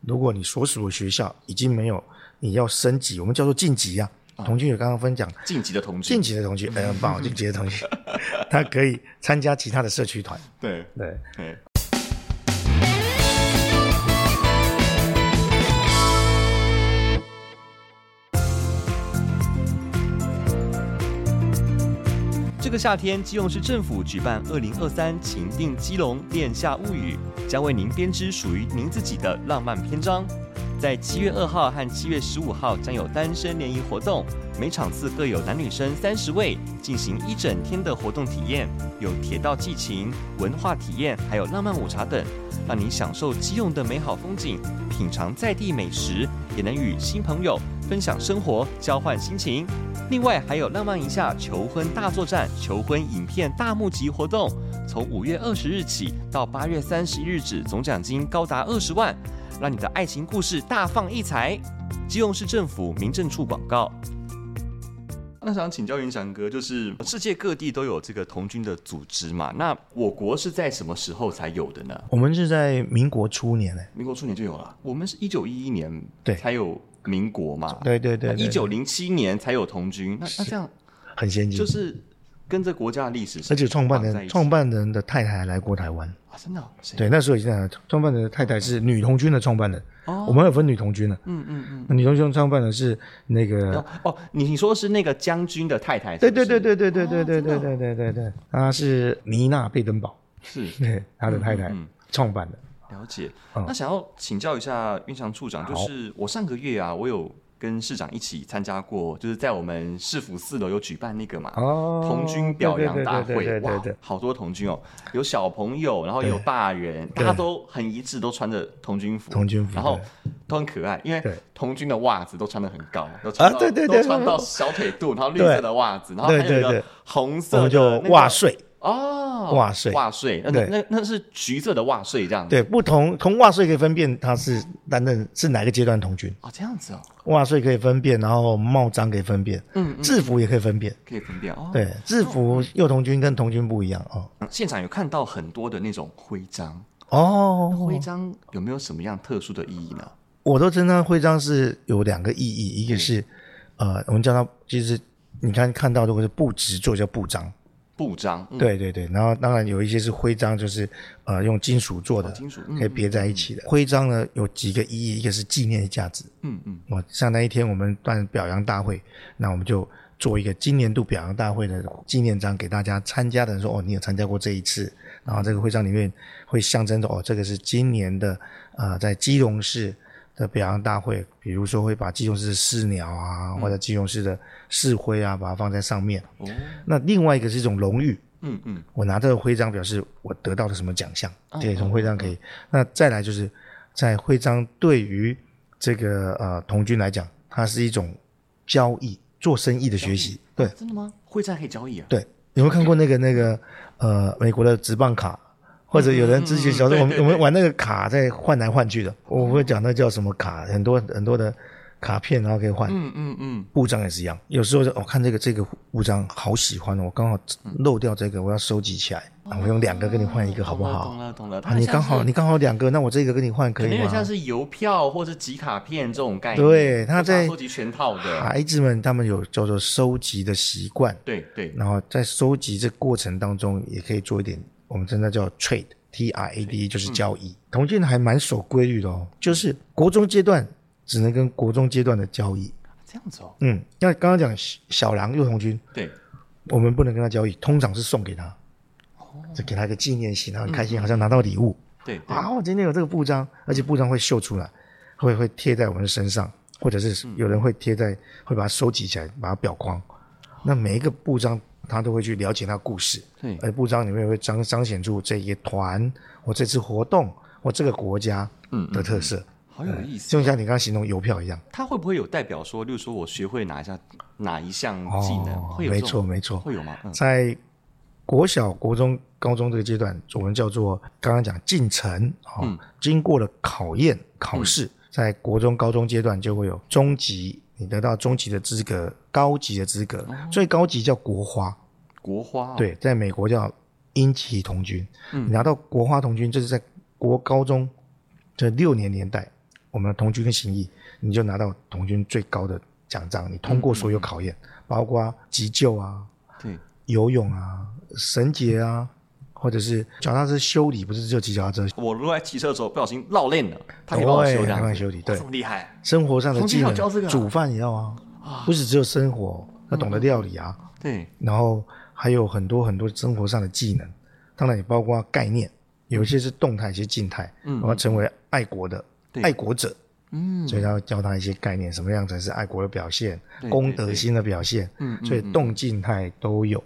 Speaker 2: 如果你所属的学校已经没有你要升级，我们叫做晋级啊。童军有刚刚分讲，
Speaker 1: 晋级的童军
Speaker 2: 晋，级的同学，呃，很棒，晋级的同学， 他可以参加其他的社区团。
Speaker 1: 对
Speaker 2: 对，
Speaker 1: 对。这个夏天，基隆市政府举办二零二三情定基隆恋夏物语，将为您编织属于您自己的浪漫篇章。在七月二号和七月十五号将有单身联谊活动，每场次各有男女生三十位，进行一整天的活动体验，有铁道寄情、文化体验，还有浪漫午茶等，让你享受基隆的美好风景，品尝在地美食，也能与新朋友分享生活，交换心情。另外还有浪漫一下求婚大作战、求婚影片大募集活动，从五月二十日起到八月三十一日止，总奖金高达二十万，让你的爱情故事大放异彩。基隆市政府民政处广告。那想请教云翔哥，就是世界各地都有这个童军的组织嘛？那我国是在什么时候才有的呢？
Speaker 2: 我们是在民国初年哎呢。
Speaker 1: 民国初年就有了，我们是一九一一年
Speaker 2: 对
Speaker 1: 才有民国嘛？
Speaker 2: 对对对，对
Speaker 1: 一九零七年才有童军，那那这样
Speaker 2: 很先进
Speaker 1: 就，是跟着国家的历史，
Speaker 2: 而且创办
Speaker 1: 绑在一
Speaker 2: 人
Speaker 1: 起
Speaker 2: 创办人的太太来过台湾。
Speaker 1: 啊，真的哦、谁
Speaker 2: 对，那时候已经在创办人的太太是女童军的创办人，
Speaker 1: 哦
Speaker 2: 我们有分女童军的，
Speaker 1: 嗯嗯嗯。
Speaker 2: 那女童军的创办人是那个
Speaker 1: 然后哦，你你说是那个将军的太太是不
Speaker 2: 对
Speaker 1: 是？
Speaker 2: 对对对对对
Speaker 1: 哦
Speaker 2: 对对对
Speaker 1: 真的
Speaker 2: 对对对对，她是妮娜贝登堡，
Speaker 1: 是
Speaker 2: 对，她的太太
Speaker 1: 嗯嗯
Speaker 2: 创办的。
Speaker 1: 了解。
Speaker 2: 嗯
Speaker 1: 那想要请教一下运翔处长，就是我上个月啊，我有跟市长一起参加过，就是在我们市府四楼有举办那个嘛，
Speaker 2: 哦，
Speaker 1: 童军表扬大
Speaker 2: 对
Speaker 1: 会，
Speaker 2: 对对对对
Speaker 1: 哇
Speaker 2: 对，
Speaker 1: 好多童军哦，有小朋友，然后有大人，大家都很一致，都穿着童军服，
Speaker 2: 童军服
Speaker 1: 然后都很可爱，因为
Speaker 2: 对
Speaker 1: 童军的袜子都穿的很高，都穿到、
Speaker 2: 啊对对对
Speaker 1: 都穿到小腿肚，然后绿色的袜子，然后还有
Speaker 2: 对
Speaker 1: 一
Speaker 2: 对
Speaker 1: 个
Speaker 2: 对
Speaker 1: 红
Speaker 2: 我
Speaker 1: 色
Speaker 2: 们
Speaker 1: 的、
Speaker 2: 就
Speaker 1: 那个
Speaker 2: 袜睡，
Speaker 1: 哦，
Speaker 2: 袜睡
Speaker 1: 袜睡，那
Speaker 2: 对
Speaker 1: 那那是橘色的袜睡这样子，
Speaker 2: 对，不同从袜睡可以分辨他是担任是哪个阶段童军，
Speaker 1: 哦，这样子哦，
Speaker 2: 袜睡可以分辨，然后帽章可以分辨，
Speaker 1: 嗯，
Speaker 2: 制服也可以分辨。
Speaker 1: 可以分辨哦，
Speaker 2: 对，制服幼童军跟童军不一样哦。
Speaker 1: 嗯，现场有看到很多的那种徽章，
Speaker 2: 哦，
Speaker 1: 徽章有没有什么样特殊的意义呢？
Speaker 2: 我都称它徽章是有两个意义，一个是呃，我们叫它其实你看看到如果是布职做叫布章，
Speaker 1: 布章，嗯，
Speaker 2: 对对对，然后当然有一些是徽章，就是呃用金属做的，
Speaker 1: 金属，嗯
Speaker 2: 可以别在一起的。徽章呢有几个意义，一个是纪念价值。
Speaker 1: 嗯嗯，
Speaker 2: 我像那一天我们办表扬大会，那我们就做一个今年度表扬大会的纪念章给大家参加的人说，哦，你有参加过这一次，然后这个徽章里面会象征着哦，这个是今年的呃在基隆市的表扬大会，比如说会把基隆市的市鸟啊，或者基隆市的市徽啊，把它放在上面。
Speaker 1: 哦，
Speaker 2: 那另外一个是一种荣誉，
Speaker 1: 嗯嗯，
Speaker 2: 我拿这个徽章表示我得到了什么奖项，对，从徽章可以。那再来就是，在徽章对于这个呃童军来讲，它是一种交易、做生意的学习。对
Speaker 1: 真的吗？徽章可以交易啊？
Speaker 2: 对，你有没有看过那个那个呃美国的职棒卡？或者有人之前小时候我们我们玩那个卡在换来换去的，我会讲那叫什么卡，很多很多的卡片，然后可以换。
Speaker 1: 嗯嗯嗯，
Speaker 2: 布章也是一样，有时候就我、哦看这个这个布章好喜欢哦，我刚好漏掉这个，我要收集起来，啊我用两个跟你换一个好不
Speaker 1: 哦懂
Speaker 2: 好？
Speaker 1: 了懂了，懂
Speaker 2: 啊，
Speaker 1: 了
Speaker 2: 你刚
Speaker 1: 它
Speaker 2: 好
Speaker 1: 像是
Speaker 2: 你刚好两个，那我这个跟你换可
Speaker 1: 可能
Speaker 2: 以
Speaker 1: 有点像
Speaker 2: 吗？
Speaker 1: 是邮票或者集卡片这种概念，
Speaker 2: 对
Speaker 1: 就把它
Speaker 2: 它在啊
Speaker 1: 收集全套的，
Speaker 2: 孩子们他们有叫做收集的习惯，
Speaker 1: 对对，
Speaker 2: 然后在收集这过程当中也可以做一点，我们称它叫 trade。T R A D E 就是交
Speaker 1: 嗯
Speaker 2: 易，同性还蛮守规律的哦，就是国中阶段只能跟国中阶段的交易，
Speaker 1: 这样子哦，
Speaker 2: 嗯，那刚刚讲小小狼幼童军，
Speaker 1: 对，
Speaker 2: 我们不能跟他交易，通常是送给他，
Speaker 1: 哦
Speaker 2: 就给他一个纪念
Speaker 1: 嗯
Speaker 2: 性，然后很开心，好像拿到礼物。
Speaker 1: 对对
Speaker 2: 啊，我今天有这个布章，而且布章会绣出来，会会贴在我们的身上，或者是
Speaker 1: 嗯
Speaker 2: 有人会贴在，会把它收集起来，把它裱框。那每一个布章，他都会去了解他故事，
Speaker 1: 对
Speaker 2: 而布章里面会彰彰显出这一个团或这次活动或这个国家的特色，
Speaker 1: 好嗯有意思。
Speaker 2: 哎就像你刚刚形容邮票一样。
Speaker 1: 它会不会有代表说，例如说我学会哪一项哪一项技能，
Speaker 2: 哦，
Speaker 1: 会有
Speaker 2: 没
Speaker 1: 这种
Speaker 2: 错没错，
Speaker 1: 会有吗？嗯，
Speaker 2: 在国小、国中、高中这个阶段，我们叫做刚刚讲进程啊、
Speaker 1: 嗯
Speaker 2: 哦经过了考验、考试，在国中、高中阶段就会有中级，你得到中级的资格、高级的资格，最高级叫国花，
Speaker 1: 国哦花、哦，
Speaker 2: 对，在美国叫英旗童军，
Speaker 1: 嗯
Speaker 2: 你拿到国花童军，这是在国高中这六年年代，我们的童军跟行役，你就拿到童军最高的奖章，你通过所有考
Speaker 1: 嗯
Speaker 2: 验，包括急救啊，
Speaker 1: 对，
Speaker 2: 游泳啊、绳结啊，或者是脚踏车修理，不是只有骑脚踏车，
Speaker 1: 我如果在骑车的时候不小心绕链了，他可以帮我修这样
Speaker 2: 对他
Speaker 1: 子，
Speaker 2: 帮你修理对
Speaker 1: 哇这么厉害，
Speaker 2: 生活上的
Speaker 1: 从
Speaker 2: 技
Speaker 1: 小
Speaker 2: 能，
Speaker 1: 教这个啊嗯
Speaker 2: 煮饭也要啊，不是只有生活，要懂得料理啊，
Speaker 1: 对，
Speaker 2: 然后还有很多很多生活上的技能，当然也包括概念，有一些是动态，一些静态，嗯，然后成为爱国的
Speaker 1: 对
Speaker 2: 爱国者，
Speaker 1: 嗯，
Speaker 2: 所以他要教他一些概念，什么样才是爱国的表现
Speaker 1: 对，
Speaker 2: 公德心的表现，
Speaker 1: 嗯嗯
Speaker 2: 所以动静态都有。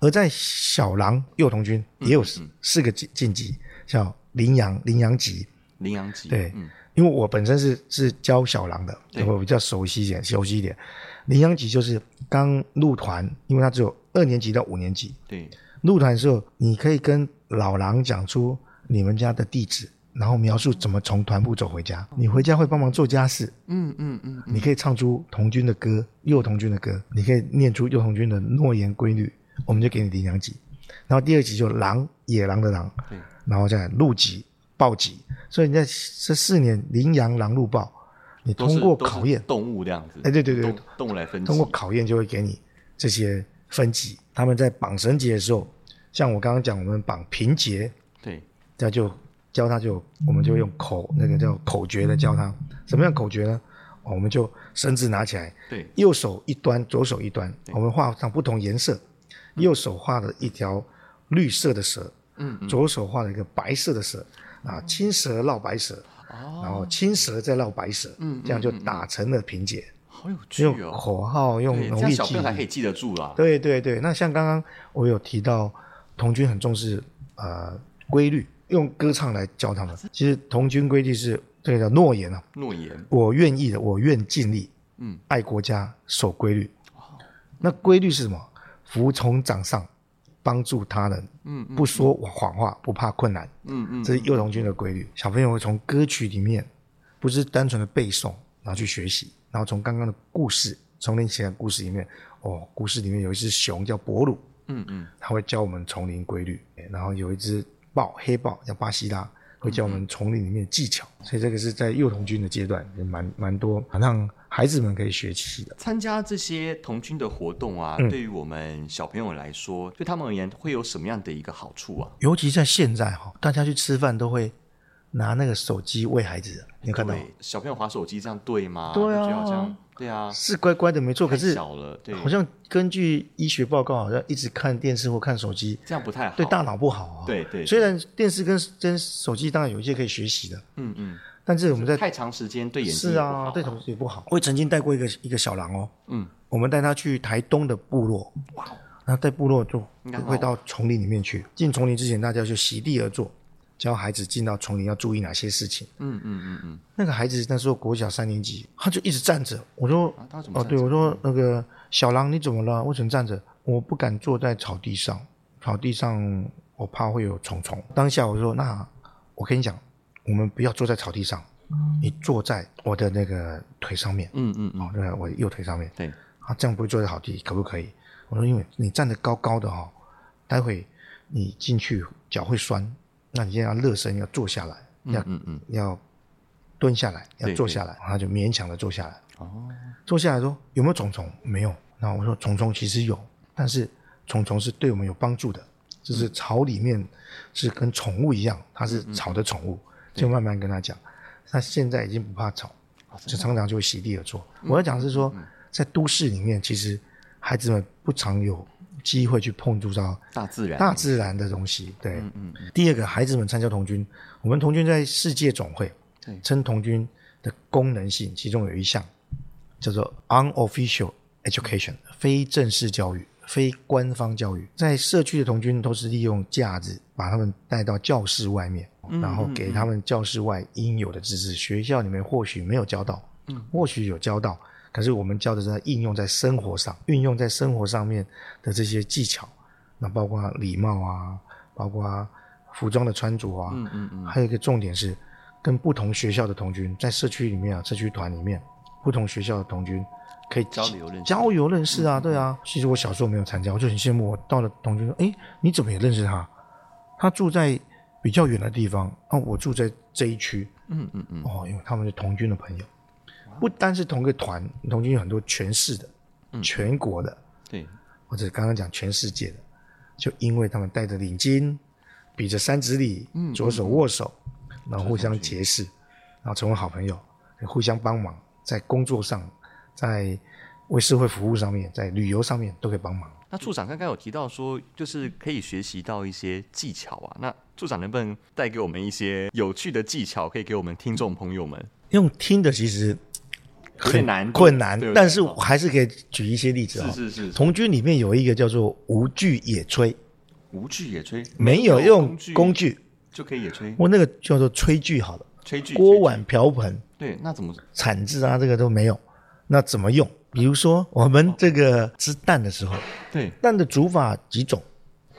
Speaker 2: 而在小狼幼童军
Speaker 1: 嗯
Speaker 2: 也有四四个晋晋级，叫羚羊羚羊级，
Speaker 1: 羚羊级，
Speaker 2: 对
Speaker 1: 嗯，
Speaker 2: 因为我本身是是教小狼的，
Speaker 1: 对
Speaker 2: 我比较熟悉一点，熟悉一点。羚羊级就是刚入团，因为他只有二年级到五年级，
Speaker 1: 对，
Speaker 2: 入团的时候，你可以跟老狼讲出你们家的地址，然后描述怎么从团部走回家。你回家会帮忙做家事，
Speaker 1: 嗯嗯嗯，
Speaker 2: 你可以唱出童军的歌，幼童军的歌，你可以念出幼童军的诺言规律，我们就给你领两级。然后第二级就狼，野狼的狼，
Speaker 1: 对，
Speaker 2: 然后再来鹿级、豹级。所以你在这四年羚羊、狼、鹿、豹，你
Speaker 1: 都是
Speaker 2: 通过
Speaker 1: 都是
Speaker 2: 考验，
Speaker 1: 动物这样子，
Speaker 2: 哎对对对
Speaker 1: 动，动物来分
Speaker 2: 通过
Speaker 1: 级，
Speaker 2: 考验就会给你这些分级。他们在绑绳结的时候，像我刚刚讲，我们绑平结，
Speaker 1: 对，
Speaker 2: 那就教他就我们就用口那个叫口诀的教他，什么样口诀呢？哦我们就绳子拿起来，
Speaker 1: 对，
Speaker 2: 右手一端，左手一端，我们画上不同颜色，右手画了一条绿色的蛇，
Speaker 1: 嗯，
Speaker 2: 左手画了一个白色的蛇，啊，青蛇绕白蛇，
Speaker 1: 哦嗯
Speaker 2: 然后青蛇再绕白蛇，这样就打成了平结。
Speaker 1: 好有趣
Speaker 2: 用
Speaker 1: 哦，
Speaker 2: 口号，用
Speaker 1: 对，这
Speaker 2: 容
Speaker 1: 样
Speaker 2: 易
Speaker 1: 小朋
Speaker 2: 记
Speaker 1: 友才可
Speaker 2: 忆。
Speaker 1: 以记得住啊啦。
Speaker 2: 对对对，那像刚刚我有提到，童军很重视呃规律，用歌唱来教
Speaker 1: 啊
Speaker 2: 他们。其实童军规律是这个叫诺言啊，
Speaker 1: 诺言，
Speaker 2: 我愿意的，我愿尽力，
Speaker 1: 嗯，
Speaker 2: 爱国家，守规律。那规律是什么？服从掌上，帮助他人，
Speaker 1: 嗯
Speaker 2: 不说谎话，不怕困难。
Speaker 1: 嗯嗯，
Speaker 2: 这是幼童军的规律。小朋友会从歌曲里面，不是单纯的背诵，然后去学习，然后从刚刚的故事，丛林起来的故事里面，哦，故事里面有一只熊叫博鲁，
Speaker 1: 嗯嗯，
Speaker 2: 它会教我们丛林规律，然后有一只豹，黑豹叫巴西拉，会教我们丛林里面的技巧。所以这个是在幼童军的阶段，也蛮蛮多让孩子们可以学习的。
Speaker 1: 参加这些童军的活动啊，
Speaker 2: 嗯
Speaker 1: 对于我们小朋友来说，对他们而言会有什么样的一个好处啊？
Speaker 2: 尤其在现在哈，大家去吃饭都会拿那个手机喂孩子，你有看到吗
Speaker 1: 对，小朋友划手机这样对吗？
Speaker 2: 对啊
Speaker 1: 就觉得好像对啊，
Speaker 2: 是乖乖的没错，可
Speaker 1: 太
Speaker 2: 是
Speaker 1: 小了，对，
Speaker 2: 好像根据医学报告，好像一直看电视或看手机
Speaker 1: 这样不太好。
Speaker 2: 对大脑不好啊。
Speaker 1: 对对
Speaker 2: 虽然电视跟跟手机当然有一些可以学习的，
Speaker 1: 嗯嗯，
Speaker 2: 但是我们在
Speaker 1: 太长时间对眼睛
Speaker 2: 是
Speaker 1: 也不好
Speaker 2: 啊，对同事也不好。我也曾经带过一个一个小狼哦，
Speaker 1: 嗯，哦
Speaker 2: 我们带他去台东的部落，哇，那在部落就
Speaker 1: 应该很好玩
Speaker 2: 会到丛林里面去。进丛林之前，大家就席地而坐，教孩子进到丛林要注意哪些事情。
Speaker 1: 嗯嗯嗯嗯，
Speaker 2: 那个孩子那时候国小三年级，他就一直站着。我说，
Speaker 1: 啊他怎么
Speaker 2: 哦，
Speaker 1: 站
Speaker 2: 对，我说那个小狼你怎么了？为什么站着？我不敢坐在草地上，草地上我怕会有虫虫。当下我说，那我跟你讲，我们不要坐在草地上，你坐在我的那个腿上面，
Speaker 1: 嗯嗯嗯，
Speaker 2: 哦，那个我的右腿上面，
Speaker 1: 对，
Speaker 2: 啊，这样不会坐在草地，可不可以？我说，因为你站得高高的哦，待会你进去脚会酸，那你现在要热身，要坐下来，要
Speaker 1: 嗯嗯嗯，
Speaker 2: 要蹲下来，要
Speaker 1: 对
Speaker 2: 坐下来，他就勉强的坐下来。
Speaker 1: 哦，
Speaker 2: 坐下来说有没有虫虫？没有。那我说虫虫其实有，但是虫虫是对我们有帮助的，就是
Speaker 1: 嗯
Speaker 2: 草里面是跟宠物一样，它是草的宠物，就慢慢跟他讲。他现在已经不怕草，就常常就会席地而坐。
Speaker 1: 嗯
Speaker 2: 我要讲的是说，在都市里面，其实孩子们不常有机会去碰触到
Speaker 1: 大自然，
Speaker 2: 大自然的东西。对，第二个，孩子们参加童军，我们童军在世界总会
Speaker 1: 对
Speaker 2: 称童军的功能性，其中有一项叫做 unofficial education，非正式教育。非官方教育，在社区的童军都是利用假日把他们带到教室外面，然后给他们教室外应有的知识。学校里面或许没有教到，或许有教到，可是我们教的是在应用在生活上，运用在生活上面的这些技巧，那包括礼貌啊，包括服装的穿着啊，
Speaker 1: 嗯嗯嗯，
Speaker 2: 还有一个重点是，跟不同学校的童军在社区里面啊，社区团里面，不同学校的童军可以
Speaker 1: 交流认识嗯
Speaker 2: 交流认识啊，对啊。其实我小时候没有参加，我就很羡慕我到了童军，说，哎，你怎么也认识他？他住在比较远的地方，啊，我住在这一区，
Speaker 1: 嗯嗯嗯，
Speaker 2: 哦，因为他们是童军的朋友，不单是同一个团，童军有很多全市的、
Speaker 1: 嗯
Speaker 2: 全国的，
Speaker 1: 对，
Speaker 2: 或者刚刚讲全世界的，就因为他们戴着领巾，比着三指里，左手握手，然后互相结识，然后成为好朋友，互相帮忙，在工作上，在为社会服务上面，在旅游上面都可以帮忙。
Speaker 1: 那处长刚刚有提到说，就是可以学习到一些技巧啊。那处长能不能带给我们一些有趣的技巧，可以给我们听众朋友们？
Speaker 2: 用听的其实
Speaker 1: 有点难度
Speaker 2: 困难
Speaker 1: 对不，对
Speaker 2: 但是我还是可以举一些例子啊、
Speaker 1: 是是是，
Speaker 2: 童军里面有一个叫做无惧野炊，
Speaker 1: 无惧野炊，
Speaker 2: 没有用工
Speaker 1: 工
Speaker 2: 具，
Speaker 1: 就可以野炊，
Speaker 2: 我那个叫做炊具好了，
Speaker 1: 炊具、炊
Speaker 2: 锅
Speaker 1: 具
Speaker 2: 碗瓢盆。
Speaker 1: 对，那怎么
Speaker 2: 产制啊，这个都没有，那怎么用？比如说我们这个吃蛋的时候，
Speaker 1: 对？
Speaker 2: 蛋的煮法几种，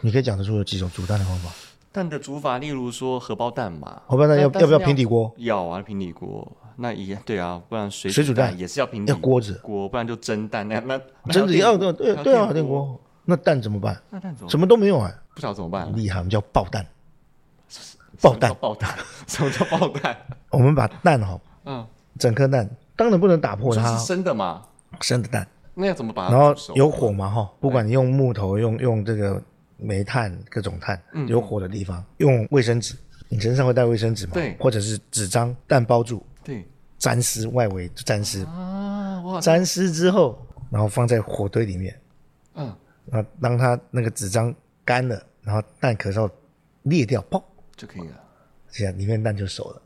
Speaker 2: 你可以讲得出有几种煮蛋的方法？
Speaker 1: 蛋的煮法，例如说荷包蛋嘛，
Speaker 2: 荷包蛋要
Speaker 1: 但
Speaker 2: 要不
Speaker 1: 但
Speaker 2: 要
Speaker 1: 是
Speaker 2: 平底锅？
Speaker 1: 要啊，平底锅。那也对啊，不然水
Speaker 2: 水煮蛋
Speaker 1: 蛋也是要平底
Speaker 2: 要锅子
Speaker 1: 锅，不然就蒸蛋那那嗯那
Speaker 2: 真的要对
Speaker 1: 电
Speaker 2: 对对啊，
Speaker 1: 还要
Speaker 2: 电
Speaker 1: 电锅，
Speaker 2: 锅。那蛋怎么办？
Speaker 1: 那蛋怎么
Speaker 2: 什么都没有哎，
Speaker 1: 不晓得怎么办啊？
Speaker 2: 厉害，我们叫爆蛋。爆
Speaker 1: 什么
Speaker 2: 蛋
Speaker 1: 叫爆蛋， 什么叫爆蛋？
Speaker 2: 我们把蛋哈，
Speaker 1: 嗯，
Speaker 2: 整颗蛋，当然不能打破
Speaker 1: 这
Speaker 2: 它
Speaker 1: 是，生的嘛？
Speaker 2: 生的蛋，
Speaker 1: 那要怎么把它
Speaker 2: 然后
Speaker 1: 煮熟
Speaker 2: 有火嘛哈，
Speaker 1: 哎
Speaker 2: 不管你用木头，用用这个煤炭各种炭，
Speaker 1: 嗯
Speaker 2: 有火的地方，用卫生纸，你身上会带卫生纸嘛？
Speaker 1: 对
Speaker 2: 或者是纸张蛋包住，
Speaker 1: 对
Speaker 2: 沾湿外围沾湿，
Speaker 1: 啊，哇，
Speaker 2: 沾湿之后，然后放在火堆里面，
Speaker 1: 嗯，
Speaker 2: 那让它那个纸张干了，然后蛋壳上裂掉，砰，
Speaker 1: 就可以了。
Speaker 2: 这样里面蛋就熟了，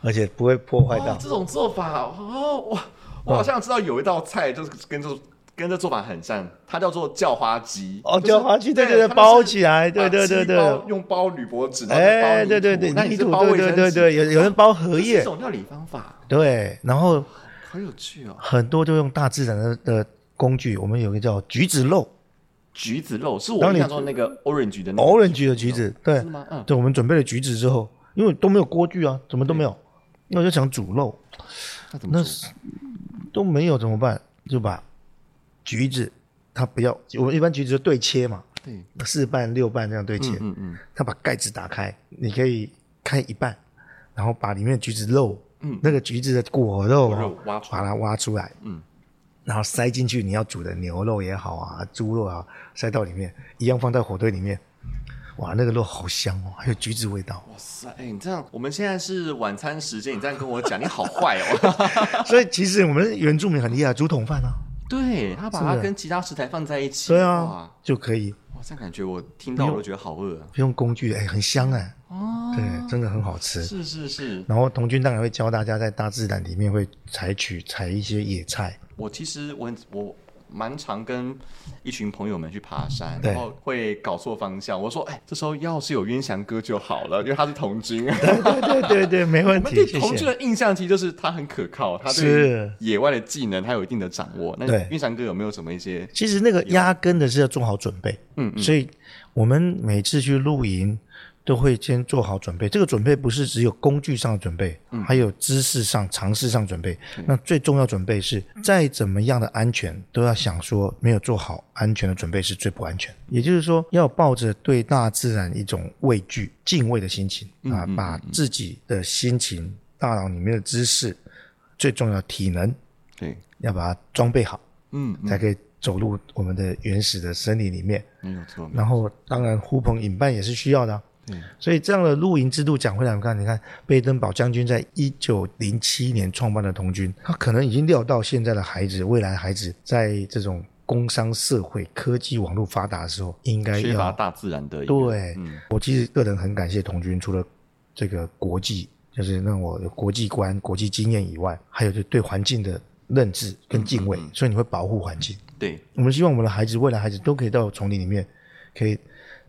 Speaker 2: 而且不会破坏
Speaker 1: 哇
Speaker 2: 到，
Speaker 1: 这种做法哦，哇我好像知道有一道菜就是跟这跟这做法很像，它叫做叫花鸡。
Speaker 2: 哦，
Speaker 1: 就是
Speaker 2: 叫花鸡，对对
Speaker 1: 对，
Speaker 2: 对，
Speaker 1: 他们
Speaker 2: 包
Speaker 1: 是
Speaker 2: 起来，对
Speaker 1: 把
Speaker 2: 对
Speaker 1: 鸡
Speaker 2: 对对
Speaker 1: 包，用包铝箔纸，然后再包
Speaker 2: 哎，
Speaker 1: 泥
Speaker 2: 对对
Speaker 1: 土
Speaker 2: 对，
Speaker 1: 那你
Speaker 2: 泥
Speaker 1: 是
Speaker 2: 土，
Speaker 1: 包
Speaker 2: 对
Speaker 1: 卫
Speaker 2: 对
Speaker 1: 生
Speaker 2: 对
Speaker 1: 纸
Speaker 2: 对，有有人包荷
Speaker 1: 这是一
Speaker 2: 叶，
Speaker 1: 种料理方法，
Speaker 2: 对，然后
Speaker 1: 好有趣哦。
Speaker 2: 很多都用大自然的的工具，我们有个叫橘子肉
Speaker 1: 橘子肉是我
Speaker 2: 当
Speaker 1: 印
Speaker 2: 你
Speaker 1: 象中那个 orange 的那个
Speaker 2: ，orange 的橘子，对
Speaker 1: 是，吗？嗯，
Speaker 2: 对，我们准备了橘子之后，因为都没有锅具啊，怎么都没有，那我就想煮肉，
Speaker 1: 那怎么
Speaker 2: 那
Speaker 1: 煮？
Speaker 2: 是都没有怎么办？就把橘子，它不要，我们一般橘子就对切嘛，
Speaker 1: 对，
Speaker 2: 四瓣六瓣这样对切，
Speaker 1: 嗯嗯
Speaker 2: 它把盖子打开，你可以开一半，然后把里面的橘子肉，
Speaker 1: 嗯
Speaker 2: 那个橘子的果肉
Speaker 1: 果
Speaker 2: 啊、
Speaker 1: 肉挖出来
Speaker 2: 把它挖出来，
Speaker 1: 嗯，
Speaker 2: 然后塞进去你要煮的牛肉也好啊，猪肉啊，塞到里面，一样放在火堆里面，哇，那个肉好香哦，还有橘子 味道，
Speaker 1: 哇塞，哎、你这样，我们现在是晚餐时间，你这样跟我讲，你好坏 哦。
Speaker 2: 所以其实我们原住民很厉害，竹筒饭啊，
Speaker 1: 对他把
Speaker 2: 是
Speaker 1: 它
Speaker 2: 的
Speaker 1: 跟其他食材放在一起，
Speaker 2: 对啊，就可以
Speaker 1: 哇，哇，这样感觉我听到我都觉得好饿
Speaker 2: 不用工具，哎，很香哎、
Speaker 1: 啊。
Speaker 2: 对，真的很好吃。
Speaker 1: 是是是，
Speaker 2: 然后童军当然会教大家在大自然里面会采取采一些野 菜，
Speaker 1: 我其实我很我蛮常跟一群朋友们去爬山，
Speaker 2: 对
Speaker 1: 然后会搞错方向。我说，哎、这时候要是有渊翔哥就好了，因为他是童军。
Speaker 2: 对对对对，没问
Speaker 1: 我们
Speaker 2: 题，
Speaker 1: 对
Speaker 2: 谢
Speaker 1: 童军
Speaker 2: 谢。
Speaker 1: 的印象其实就是他很可靠，他对
Speaker 2: 是
Speaker 1: 野外的技能他有一定的掌握。那
Speaker 2: 对
Speaker 1: 渊翔哥有没有什么一些
Speaker 2: 其实那个压根的是要做好准备，
Speaker 1: 嗯
Speaker 2: 所以我们每次去露营都会先做好准备。这个准备不是只有工具上的准备，
Speaker 1: 嗯
Speaker 2: 还有知识上、常识上准备。那最重要准备是，再怎么样的安全，都要想说没有做好安全的准备是最不安全。也就是说，要抱着对大自然一种畏惧、敬畏的心情
Speaker 1: 嗯
Speaker 2: 啊，把自己的心情、大脑里面的知识，最重要的体能，
Speaker 1: 对？
Speaker 2: 要把它装备好。
Speaker 1: 嗯，嗯
Speaker 2: 才可以走入我们的原始的森林里面。
Speaker 1: 嗯没有错，没有错
Speaker 2: 然后，当然呼朋引伴也是需要的啊、
Speaker 1: 对
Speaker 2: 所以这样的露营制度讲回来，我们看，你看贝登堡将军在一九零七年创办的童军，他可能已经料到现在的孩子，未来的孩子在这种工商社会、科技网络发达的时候，应该
Speaker 1: 缺乏
Speaker 2: 要
Speaker 1: 大自然的一个
Speaker 2: 对、
Speaker 1: 嗯
Speaker 2: 我其实个人很感谢童军，除了这个国际，就是让我有国际观、国际经验以外，还有就对环境的认知跟敬
Speaker 1: 嗯
Speaker 2: 畏，所以你会保护环境。
Speaker 1: 对，
Speaker 2: 我们希望我们的孩子，未来孩子都可以到丛林里面，可以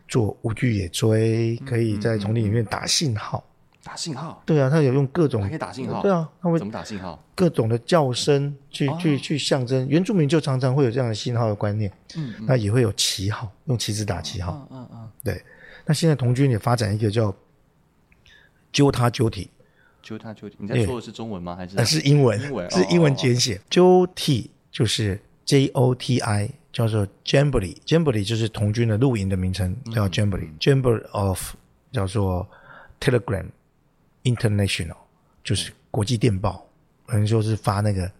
Speaker 2: 做无惧野炊，可以在丛林里面打信号。
Speaker 1: 打信号
Speaker 2: 对啊，他有用各种
Speaker 1: 还嗯可以打信号，哦
Speaker 2: 对啊，他会
Speaker 1: 怎么打信号？
Speaker 2: 各种的叫声去、去去象征。原住民就常常会有这样的信号的观念，
Speaker 1: 嗯
Speaker 2: 那也会有旗号，用旗子打旗号。
Speaker 1: 嗯嗯嗯，
Speaker 2: 对，那现在童军也发展一个叫揪他揪体，
Speaker 1: 纠他纠你在说的是中文吗？还是
Speaker 2: 呃，是英文，
Speaker 1: 英文
Speaker 2: 是英文
Speaker 1: 哦哦哦
Speaker 2: 简写。JOT 就是 J O T I，叫做 Jamboree，Jamboree 就是童军的露营的名称，叫
Speaker 1: 嗯
Speaker 2: Jamboree，Jamboree、of 叫做 Telegram International，就是国际电报，有人说是发那个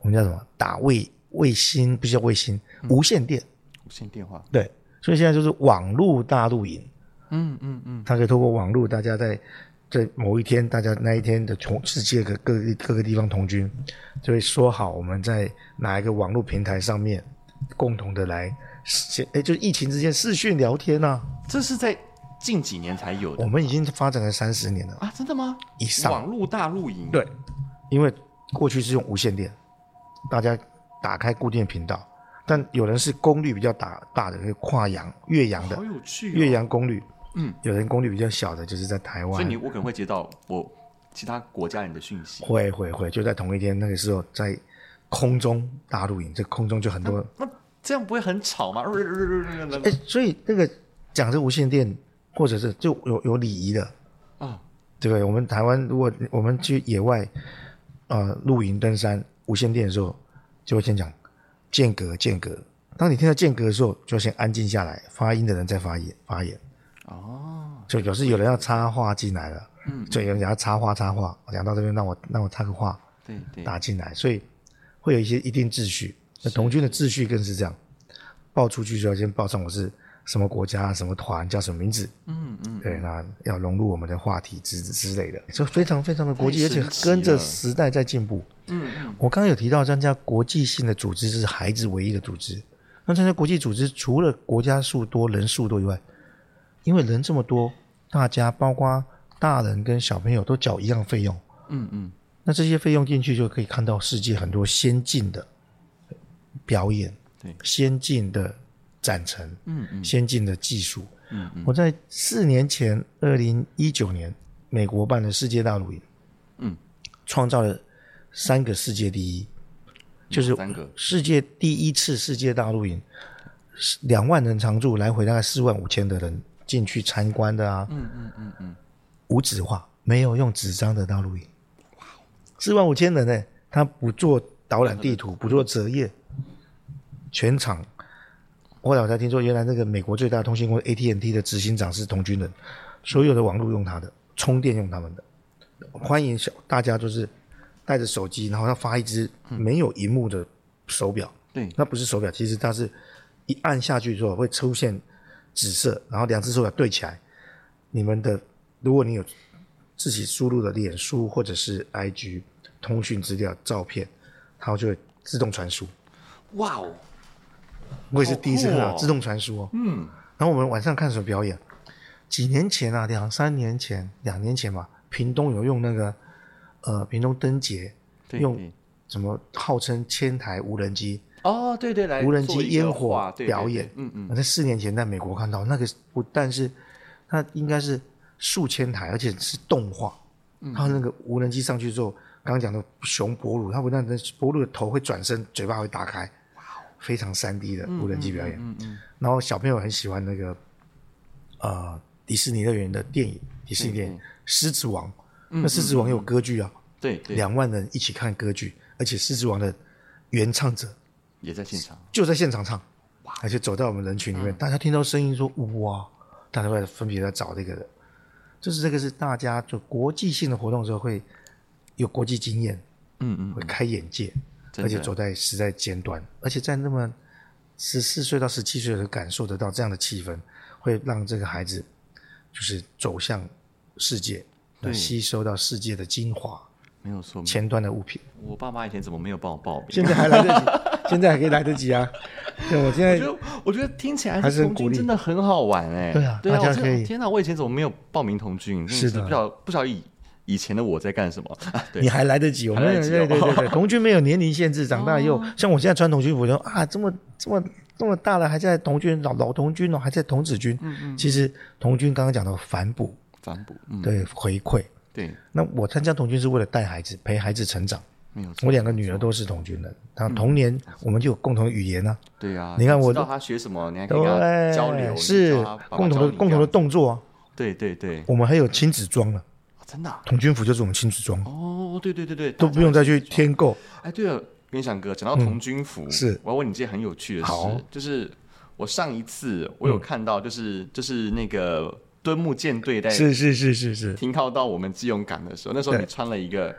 Speaker 2: 我们叫什么打卫卫星，不是叫卫星，
Speaker 1: 嗯
Speaker 2: 无线电，
Speaker 1: 无线电话？
Speaker 2: 对，所以现在就是网络大露营。
Speaker 1: 嗯嗯嗯，
Speaker 2: 它可以透过网络，大家在在某一天，大家那一天的从世界各各地各个地方同居，就会说好我们在哪一个网络平台上面共同的来视，哎，就是疫情之间视讯聊天呐、
Speaker 1: 这是在近几年才有
Speaker 2: 我
Speaker 1: 的
Speaker 2: 们已经发展了三十年了，
Speaker 1: 啊？真的吗？
Speaker 2: 以上
Speaker 1: 网络大露营，
Speaker 2: 对，因为过去是用无线电，大家打开固定的频道，但有人是功率比较大大的，可以跨洋越洋的
Speaker 1: 好有趣哦。
Speaker 2: 越洋功率，
Speaker 1: 嗯，
Speaker 2: 有人功率比较小的，就是在台湾，
Speaker 1: 所以你我可能会接到我其他国家人的讯息。
Speaker 2: 会会会，就在同一天，那个时候在空中大露营，这空中就很多。
Speaker 1: 那这样不会很吵吗？
Speaker 2: 哎、所以那个讲这无线电，或者是就有有礼仪的，
Speaker 1: 啊，
Speaker 2: 对不对？我们台湾如果我们去野外，呃，露营、登山、无线电的时候，就会先讲间隔、间隔。当你听到间隔的时候，就要先安静下来，发音的人再发言发言。
Speaker 1: 哦，
Speaker 2: 就表示有人要插话进来了，嗯，所以有人要插话插话，讲到这边让我让我插个话，
Speaker 1: 对对，
Speaker 2: 打进来，所以会有一些一定秩序。那童军的秩序更是这样，报出去就要先报上我是什么国家、什么团、叫什么名字，
Speaker 1: 嗯嗯，
Speaker 2: 对，那要融入我们的话题之之类的，就非常非常的国际，
Speaker 1: 太
Speaker 2: 而且
Speaker 1: 神奇
Speaker 2: 跟着
Speaker 1: 了
Speaker 2: 时代在进步。
Speaker 1: 嗯嗯，
Speaker 2: 我刚刚有提到参加国际性的组织是孩子唯一的组织，那参加国际组织除了国家数多、人数多以外，因为人这么多，大家包括大人跟小朋友都缴一样费用，
Speaker 1: 嗯嗯，
Speaker 2: 那这些费用进去就可以看到世界很多先进的表演，
Speaker 1: 对
Speaker 2: 先进的展陈，
Speaker 1: 嗯嗯
Speaker 2: 先进的技术。
Speaker 1: 嗯嗯
Speaker 2: 我在四年前，二零一九年，美国办的世界大露营，
Speaker 1: 嗯，
Speaker 2: 创造了三个世界第一，就是
Speaker 1: 三个
Speaker 2: 世界第一次世界大露营，两万人常住，来回大概四万五千的人进去参观的啊，
Speaker 1: 嗯嗯嗯嗯，
Speaker 2: 无纸化，没有用纸张的大露营，四万五千人呢、他不做导览地图，不做折页，全场。后来我才听说，原来那个美国最大的通信公司 AT&T 的执行长是同军人，所有的网络用他的，充电用他们的。欢迎小大家就是带着手机，然后他发一只没有荧幕的手表，
Speaker 1: 对，
Speaker 2: 那不是手表，其实它是一按下去之后会出现紫色，然后两只手表对起来。你们的，如果你有自己输入的脸书或者是 IG 通讯资料、照片，它就会自动传输。
Speaker 1: 哇哦，
Speaker 2: 我也是第一次看
Speaker 1: 好
Speaker 2: 到
Speaker 1: 酷哦
Speaker 2: 自动传输哦。
Speaker 1: 嗯，
Speaker 2: 然后我们晚上看什么表演？几年前啊，两三年前、两年前吧，屏东有用那个呃，屏东灯节
Speaker 1: 对
Speaker 2: 用
Speaker 1: 对
Speaker 2: 什么号称千台无人机
Speaker 1: 哦，对对，来
Speaker 2: 无人
Speaker 1: 做
Speaker 2: 机
Speaker 1: 一个
Speaker 2: 烟火
Speaker 1: 画对对
Speaker 2: 表
Speaker 1: 对
Speaker 2: 演。啊
Speaker 1: 嗯嗯，
Speaker 2: 我在四年前在美国看到那个，不但是它应该是数千台，而且是动画。
Speaker 1: 嗯
Speaker 2: 它那个无人机上去之后，刚刚讲的熊博鲁，它不但博鲁的头会转身，嘴巴会打开，非常3 D 的无人机表演。
Speaker 1: 哦嗯嗯，
Speaker 2: 然后小朋友很喜欢那个呃迪士尼乐园的电影，迪士尼
Speaker 1: 嗯
Speaker 2: 电影《狮子王》，那《狮子王》有歌剧啊，
Speaker 1: 对对，
Speaker 2: 两万人一起看歌剧，而且《狮子王》的原唱者
Speaker 1: 也在现场，
Speaker 2: 就在现场唱，而且走到我们人群里
Speaker 1: 嗯
Speaker 2: 面，大家听到声音说哇，大家会分别在找这个人，就是这个是大家就国际性的活动的时候会有国际经验，
Speaker 1: 嗯嗯，
Speaker 2: 会开眼界，
Speaker 1: 真的
Speaker 2: 而且走在时代尖端，而且在那么十四岁到十七岁的时候感受得到这样的气氛，会让这个孩子就是走向世界，
Speaker 1: 对嗯
Speaker 2: 吸收到世界的精华，
Speaker 1: 没有错。
Speaker 2: 前端的物品。
Speaker 1: 我爸妈以前怎么没有帮我报名？
Speaker 2: 现在还来得 及，现在还可以来得及啊！对，我现在
Speaker 1: 我觉得我觉得听起来
Speaker 2: 还是很
Speaker 1: 童
Speaker 2: 鼓
Speaker 1: 军
Speaker 2: 励
Speaker 1: 真的很好玩哎、
Speaker 2: 对啊
Speaker 1: 对啊，
Speaker 2: 大家
Speaker 1: 我真的
Speaker 2: 可以
Speaker 1: 天哪，我以前怎么没有报名童军？真
Speaker 2: 是的
Speaker 1: 不晓不晓得以以前的我在干什么？ 啊对
Speaker 2: 你还来得及，我们
Speaker 1: 还来得及哦哦
Speaker 2: 对对 对对，童军没有年龄限制，长大以后，像我现在穿童军服，我就啊，这么这么这么大了，还在童军老老童军哦，还在童子军。嗯嗯，其实童军刚刚讲的反哺，
Speaker 1: 反哺，嗯，
Speaker 2: 对回馈。
Speaker 1: 对，
Speaker 2: 那我参加童军是为了带孩子，陪孩子成长。
Speaker 1: 没有错，嗯
Speaker 2: 我两个女儿都是童军人，然后童年我们就有共同的语言啊，
Speaker 1: 对啊，
Speaker 2: 你看我
Speaker 1: 知道他学什么，你还可以跟他
Speaker 2: 对，
Speaker 1: 交流，
Speaker 2: 是
Speaker 1: 你知道他爸爸
Speaker 2: 共同
Speaker 1: 教
Speaker 2: 的
Speaker 1: 你
Speaker 2: 共同
Speaker 1: 这
Speaker 2: 的
Speaker 1: 样，
Speaker 2: 动作啊。
Speaker 1: 对对对，
Speaker 2: 我们还有亲子装了，
Speaker 1: 真的啊、
Speaker 2: 童军服就是我们亲子装，
Speaker 1: 哦，对对对对，
Speaker 2: 都
Speaker 1: 大家
Speaker 2: 不用再去添购。
Speaker 1: 哎，对了，元祥哥，讲到童军服，
Speaker 2: 嗯是
Speaker 1: 我要问你一件很有趣的
Speaker 2: 好嗯
Speaker 1: 事，就是我上一次我有看到，就是、就是那个敦木舰队在
Speaker 2: 是是是是是，
Speaker 1: 停靠到我们基隆港的时候，那时候你
Speaker 2: 对
Speaker 1: 穿了一个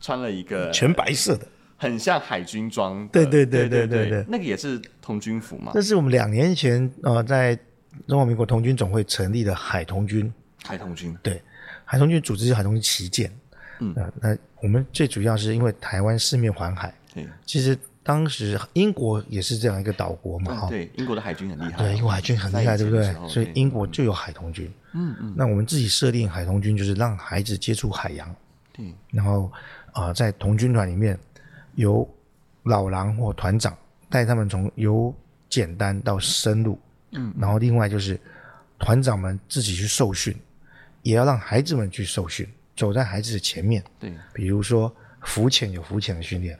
Speaker 1: 穿了一个
Speaker 2: 全白色的。
Speaker 1: 很像海军装的，
Speaker 2: 对对对
Speaker 1: 对
Speaker 2: 对对对
Speaker 1: 那个也是童军服嘛，
Speaker 2: 这是我们两年前呃，在中华民国童军总会成立的海童军，
Speaker 1: 海童军，
Speaker 2: 对，海童军组织是海童军旗舰，
Speaker 1: 嗯
Speaker 2: 呃那我们最主要是因为台湾四面环海，
Speaker 1: 对。
Speaker 2: 其实当时英国也是这样一个岛国嘛，
Speaker 1: 啊
Speaker 2: 哈、
Speaker 1: 对，英国的海军很厉害，
Speaker 2: 对，英国海军很厉害，
Speaker 1: 在
Speaker 2: 对
Speaker 1: 以
Speaker 2: 不
Speaker 1: 前的
Speaker 2: 对
Speaker 1: 时候？
Speaker 2: 所以英国就有海童军，
Speaker 1: 嗯嗯，
Speaker 2: 那我们自己设定海童军就是让孩子接触海洋，
Speaker 1: 对，
Speaker 2: 然后啊、呃在童军团里面由老狼或团长带他们从由简单到深入，嗯，然后另外就是团长们自己去受训，也要让孩子们去受训，走在孩子的前面，
Speaker 1: 对
Speaker 2: 比如说浮潜有浮潜的训练，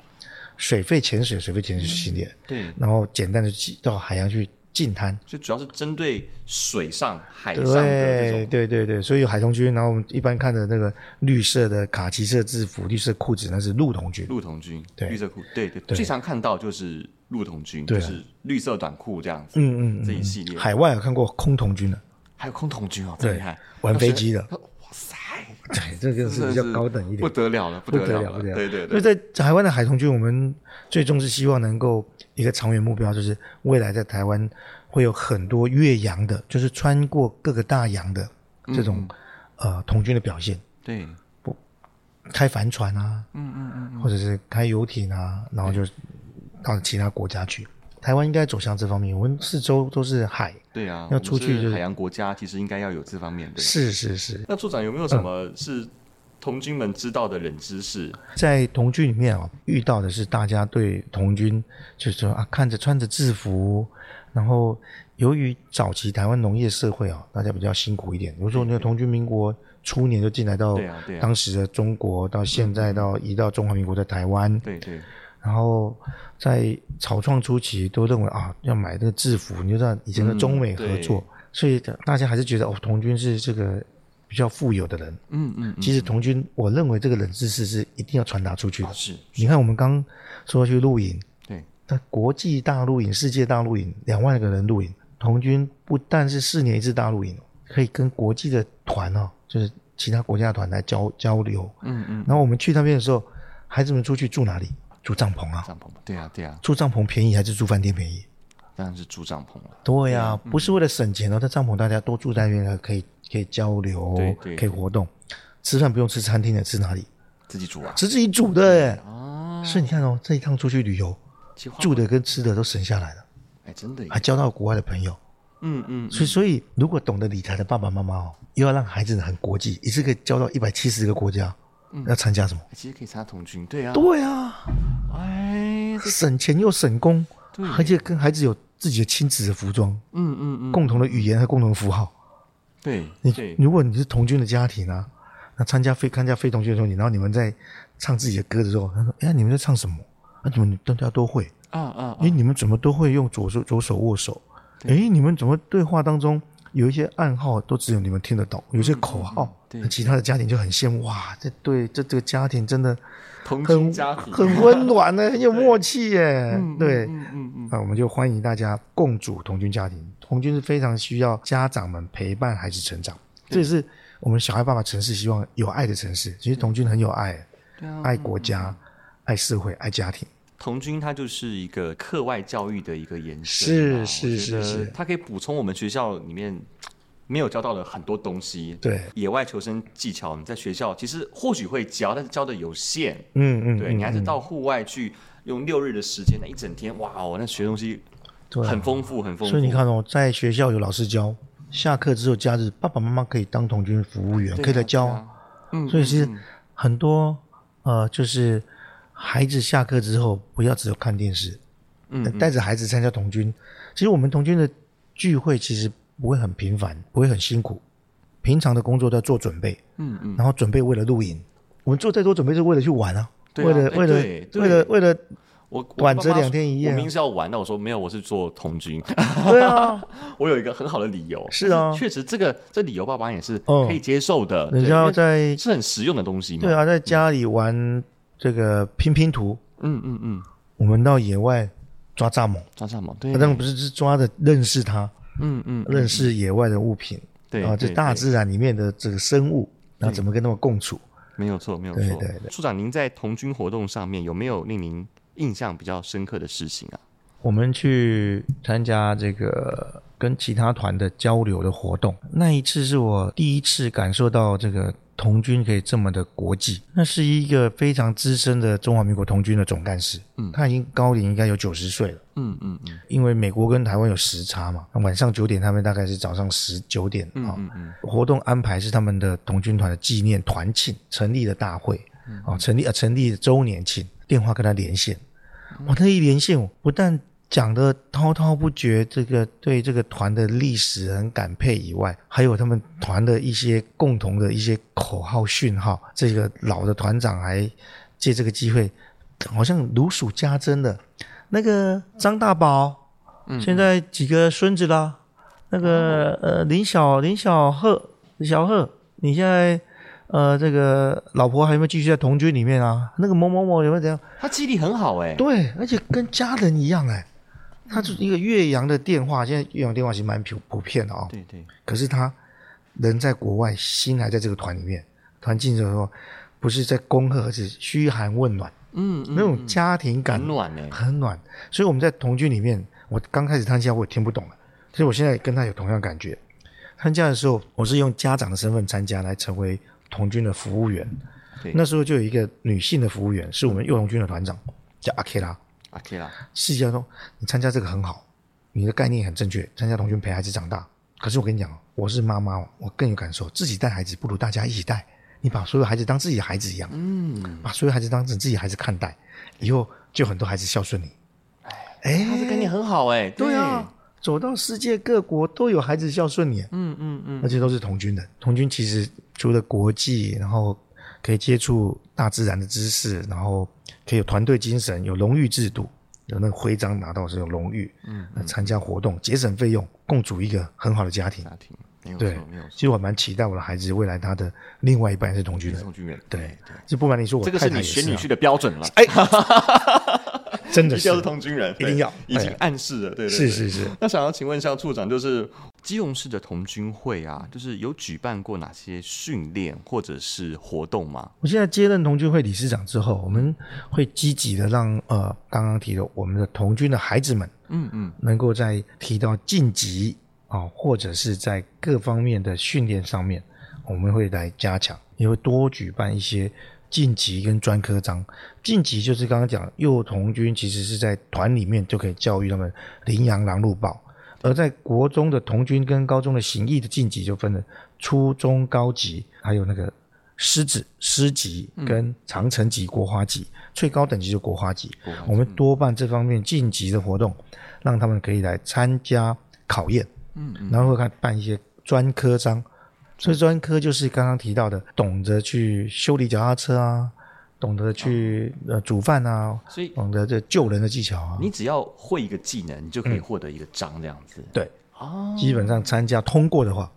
Speaker 2: 水肺潜水有水肺潜水的训练，
Speaker 1: 对，
Speaker 2: 然后简单的到海洋去近滩。
Speaker 1: 所以主要是针对水上、海上的这
Speaker 2: 对
Speaker 1: 种，
Speaker 2: 对对对，所以有海童军，然后我们一般看的那个绿色的卡其色制服、绿色裤子，那是陆童军。
Speaker 1: 陆童军，
Speaker 2: 对
Speaker 1: 绿色裤，对对，最常看到就是陆童军，
Speaker 2: 对
Speaker 1: 就
Speaker 2: 啊
Speaker 1: 是绿色短裤这样子，
Speaker 2: 嗯嗯嗯，
Speaker 1: 这一系列，
Speaker 2: 海外有看过空童军的，
Speaker 1: 还有空童军哦，真厉害，
Speaker 2: 玩 飞机的
Speaker 1: 哇塞，
Speaker 2: 对，这个是比较高等一
Speaker 1: 不
Speaker 2: 点，
Speaker 1: 得了了，不
Speaker 2: 不
Speaker 1: 得
Speaker 2: 得
Speaker 1: 了
Speaker 2: 了，不得了。
Speaker 1: 对对
Speaker 2: 所
Speaker 1: 对，
Speaker 2: 以在海湾的海童军，我们最终是希望能够一个长远目标，就是未来在台湾会有很多越洋的，就是穿过各个大洋的这
Speaker 1: 嗯
Speaker 2: 种呃童军的表现，
Speaker 1: 对，
Speaker 2: 开帆船啊，
Speaker 1: 嗯嗯嗯，
Speaker 2: 或者是开游艇啊，然后就到其他国家去。台湾应该走向这方面，我们四周都是海，
Speaker 1: 对啊，
Speaker 2: 要出去
Speaker 1: 我们是
Speaker 2: 就是
Speaker 1: 海洋国家，其实应该要有这方面的。
Speaker 2: 是是是，
Speaker 1: 那处长有没有什么是童军们知道的冷知识。
Speaker 2: 在童军里面哦，遇到的是大家对童军就是说啊，看着穿着制服，然后由于早期台湾农业社会哦，大家比较辛苦一点。比如说，你看童军民国初年就进来到
Speaker 1: 对啊嗯对啊
Speaker 2: 当时的中国，到现在到移到中华民国的台湾，
Speaker 1: 对对，
Speaker 2: 然后在草创初期都认为啊，要买这个制服，你就知道以
Speaker 1: 嗯
Speaker 2: 前的中美合作，所以大家还是觉得哦，童军是这个比较富有的人。
Speaker 1: 嗯嗯，
Speaker 2: 其实童军，我认为这个冷知识是一定要传达出去的
Speaker 1: 嗯。是，
Speaker 2: 你看，我们刚说去露营，
Speaker 1: 对，
Speaker 2: 那国际大露营、世界大露营，两万个人露营，童军不但是四年一次大露营，可以跟国际的团哦，就是其他国家的团来交交流。
Speaker 1: 嗯嗯，
Speaker 2: 然后我们去那边的时候，孩子们出去住哪里？住帐篷啊，
Speaker 1: 帐篷，对啊对啊，
Speaker 2: 住帐篷便宜还是住饭店便宜？
Speaker 1: 当然是住帐篷了。
Speaker 2: 对呀、不是为了省钱哦，在帐篷大家多住在那边，可以可以交流
Speaker 1: 对，对
Speaker 2: 可以活动，吃饭不用吃餐厅的，吃哪里？
Speaker 1: 自己煮啊
Speaker 2: 吃自己煮的耶。
Speaker 1: 啊，
Speaker 2: 所以你看哦，这一趟出去旅游，
Speaker 1: 计划
Speaker 2: 住的跟吃的都省下来了，
Speaker 1: 啊哎，真的耶，
Speaker 2: 还交到国外的朋友。
Speaker 1: 嗯嗯，
Speaker 2: 所以，所以如果懂得理财的爸爸妈妈哦，又要让孩子很国际，一次可以交到一百七十个国家，要参加什么？
Speaker 1: 哎其实可以参加童军，对啊，
Speaker 2: 嗯对啊，
Speaker 1: 哎，这
Speaker 2: 省钱又省工，
Speaker 1: 对
Speaker 2: 而且跟孩子有自己的亲子的服装、
Speaker 1: 嗯嗯嗯，
Speaker 2: 共同的语言和共同的符号。
Speaker 1: 对
Speaker 2: 你
Speaker 1: 对，
Speaker 2: 如果你是同军的家庭啊，那参加非参加非同军的时候，你然后你们在唱自己的歌的时候，他说：“哎呀，你们在唱什么？啊，你们大家都会。
Speaker 1: 啊啊，
Speaker 2: 哎，你们怎么都会用左手左手握手？哎，你们怎么对话当中有一些暗号都只有你们听得懂，有些口号，
Speaker 1: 嗯对
Speaker 2: 那其他的家庭就很羡慕哇，这对这这个家庭真 的
Speaker 1: 童
Speaker 2: 很
Speaker 1: 军家庭，
Speaker 2: 很温暖呢，很有默契耶。对，
Speaker 1: 嗯嗯嗯，
Speaker 2: 啊那我们就欢迎大家共组同居家庭。同居是非常需要家长们陪伴孩子成长，这也是我们小孩爸爸城市希望有爱的城市。其实同居很有爱，
Speaker 1: 对啊，
Speaker 2: 爱国家、爱社会、爱家庭。
Speaker 1: 童军它就是一个课外教育的一个延伸
Speaker 2: 是
Speaker 1: 啊，我
Speaker 2: 是
Speaker 1: 觉得
Speaker 2: 是是
Speaker 1: 它可以补充我们学校里面没有教到的很多东西。
Speaker 2: 对
Speaker 1: 野外求生技巧，你在学校其实或许会教，但是教的有限。
Speaker 2: 嗯嗯，
Speaker 1: 对
Speaker 2: 嗯
Speaker 1: 你还是到户外去用六日的时间，那一整天，哇哦，那学东西
Speaker 2: 对啊
Speaker 1: 很丰富，很丰富。
Speaker 2: 所以你，看哦，在学校有老师教，下课之后假日爸爸妈妈可以当童军服务员，
Speaker 1: 对啊
Speaker 2: 可以来教
Speaker 1: 对
Speaker 2: 啊
Speaker 1: 啊。嗯，
Speaker 2: 所以其实
Speaker 1: 嗯嗯
Speaker 2: 很多呃，就是孩子下课之后不要只有看电视，呃
Speaker 1: 嗯
Speaker 2: 带着孩子参加童军。其实我们童军的聚会其实不会很频繁，不会很辛苦，平常的工作都要做准备，
Speaker 1: 嗯嗯，
Speaker 2: 然后准备为了露营，我们做再多准备是为了去玩啊，
Speaker 1: 对啊
Speaker 2: 为了
Speaker 1: 哎
Speaker 2: 为了
Speaker 1: 对对
Speaker 2: 为了为了
Speaker 1: 我我
Speaker 2: 晚则
Speaker 1: 爸妈
Speaker 2: 两天一夜啊
Speaker 1: 我明明是要玩的，我说没有，我是做童军，
Speaker 2: 对啊，
Speaker 1: 我有一个很好的理由。
Speaker 2: 是啊
Speaker 1: 但确实这个这理由爸爸也是
Speaker 2: 嗯
Speaker 1: 可以接受的，
Speaker 2: 人
Speaker 1: 对
Speaker 2: 家
Speaker 1: 因为
Speaker 2: 在
Speaker 1: 是很实用的东西嘛。
Speaker 2: 对啊，在家里玩这个拼拼图，
Speaker 1: 嗯嗯嗯，
Speaker 2: 我们到野外抓蚱蜢，啊
Speaker 1: 抓蚱蜢，对，
Speaker 2: 当然不是是抓着认识它，
Speaker 1: 嗯嗯，
Speaker 2: 认识野外的物品，
Speaker 1: 对
Speaker 2: 啊，这
Speaker 1: 对
Speaker 2: 大
Speaker 1: 对嗯
Speaker 2: 自然里面的这个生物，然后怎么跟他们共处。
Speaker 1: 没有错，没有
Speaker 2: 对
Speaker 1: 错。
Speaker 2: 对对
Speaker 1: 处长，您在童军活动上面有没有令您印象比较深刻的事情啊？
Speaker 2: 我们去参加这个跟其他团的交流的活动，那一次是我第一次感受到这个童军可以这么的国际。那是一个非常资深的中华民国童军的总干事，嗯，他已经高龄应该有九十岁了。
Speaker 1: 嗯嗯嗯
Speaker 2: 因为美国跟台湾有时差嘛，晚上九点，他们大概是早上十九点啊、
Speaker 1: 嗯嗯，
Speaker 2: 活动安排是他们的童军团的纪念团庆成立的大会啊、成立啊、成立周年庆，电话跟他连线，我那一连线，我不但讲的滔滔不绝，这个对这个团的历史很感佩以外，还有他们团的一些共同的一些口号讯号，这个老的团长还借这个机会，好像如数家珍的。那个张大宝，现在几个孙子啦？那
Speaker 1: 哦
Speaker 2: 个呃，林小林小贺林小贺，你现在呃，这个老婆还有没有继续在同居里面啊？那个某某某有没有怎样？
Speaker 1: 他记忆力很好哎，
Speaker 2: 对，而且跟家人一样哎、他就是一个岳阳的电话，现在岳阳电话其实蛮普普遍的哦。
Speaker 1: 对对，
Speaker 2: 可是他人在国外，心还在这个团里面。团进的时候，不是在恭贺，而是嘘寒问暖，
Speaker 1: 嗯
Speaker 2: 那种家庭感
Speaker 1: 很暖哎，
Speaker 2: 很暖。所以我们在同居里面，我刚开始参加我也听不懂了，所以我现在跟他有同样感觉。参加的时候，我是用家长的身份参加，来成为童军的服务员。
Speaker 1: 对
Speaker 2: 那时候就有一个女性的服务员，是我们幼童军的团长，叫阿 K 拉。
Speaker 1: 啊可以啦，
Speaker 2: 世界中，你参加这个很好，你的概念很正确，参加童军陪孩子长大。可是我跟你讲哦，我是妈妈哦，我更有感受，自己带孩子不如大家一起带。你把所有孩子当自己的孩子一样，嗯，把所有孩子当成自己孩子看待，以后就很多孩子孝顺你。哎，
Speaker 1: 他这概念很好哎、
Speaker 2: 对啊，走到世界各国都有孩子孝顺你，
Speaker 1: 嗯嗯嗯，
Speaker 2: 而且都是童军的。童军其实除了国际，然后可以接触大自然的知识，然后可以有团队精神，有荣誉制度，有那个徽章拿到是有荣誉，嗯，参加活动节省费用，共组一个很好的家庭。
Speaker 1: 家庭没有
Speaker 2: 对
Speaker 1: 错没有，
Speaker 2: 其实我蛮期待我的孩子未来他的另外一半是同居
Speaker 1: 错，
Speaker 2: 人。
Speaker 1: 宋俊元
Speaker 2: 对，就不瞒你说，我
Speaker 1: 这个
Speaker 2: 太
Speaker 1: 是
Speaker 2: 太
Speaker 1: 你
Speaker 2: 也
Speaker 1: 选
Speaker 2: 是
Speaker 1: 女
Speaker 2: 啊
Speaker 1: 婿的标准了，
Speaker 2: 哎，真的
Speaker 1: 一定要
Speaker 2: 是
Speaker 1: 是
Speaker 2: 啊
Speaker 1: 同军人，
Speaker 2: 一定要
Speaker 1: 对已经
Speaker 2: 哎
Speaker 1: 暗示了，对对对
Speaker 2: 是是是。
Speaker 1: 那想要请问一下处长，就是基隆市的童军会啊，就是有举办过哪些训练或者是活动吗？
Speaker 2: 我现在接任同军会理事长之后，我们会积极的让呃刚刚提的我们的同军的孩子们
Speaker 1: 嗯嗯
Speaker 2: 能够在提到晋级啊、或者是在各方面的训练上面，我们会来加强，也会多举办一些晋级跟专科章。晋级就是刚刚讲幼童军，其实是在团里面就可以教育他们羚羊狼入豹，而在国中的童军跟高中的行役的晋级就分了初中高级，还有那个。狮子狮级跟长城级、国花级，最高等级就国花级。我们多办这方面晋级的活动，让他们可以来参加考验，
Speaker 1: 嗯嗯，
Speaker 2: 然后会看办一些专科章。所以专科就是刚刚提到的，懂得去修理脚踏车啊，懂得去呃煮饭啊，
Speaker 1: 所以
Speaker 2: 懂得这救人的技巧啊。
Speaker 1: 你只要会一个技能，你就可以获得一个章这样子。
Speaker 2: 对，
Speaker 1: 哦，
Speaker 2: 基本上参加通过的话，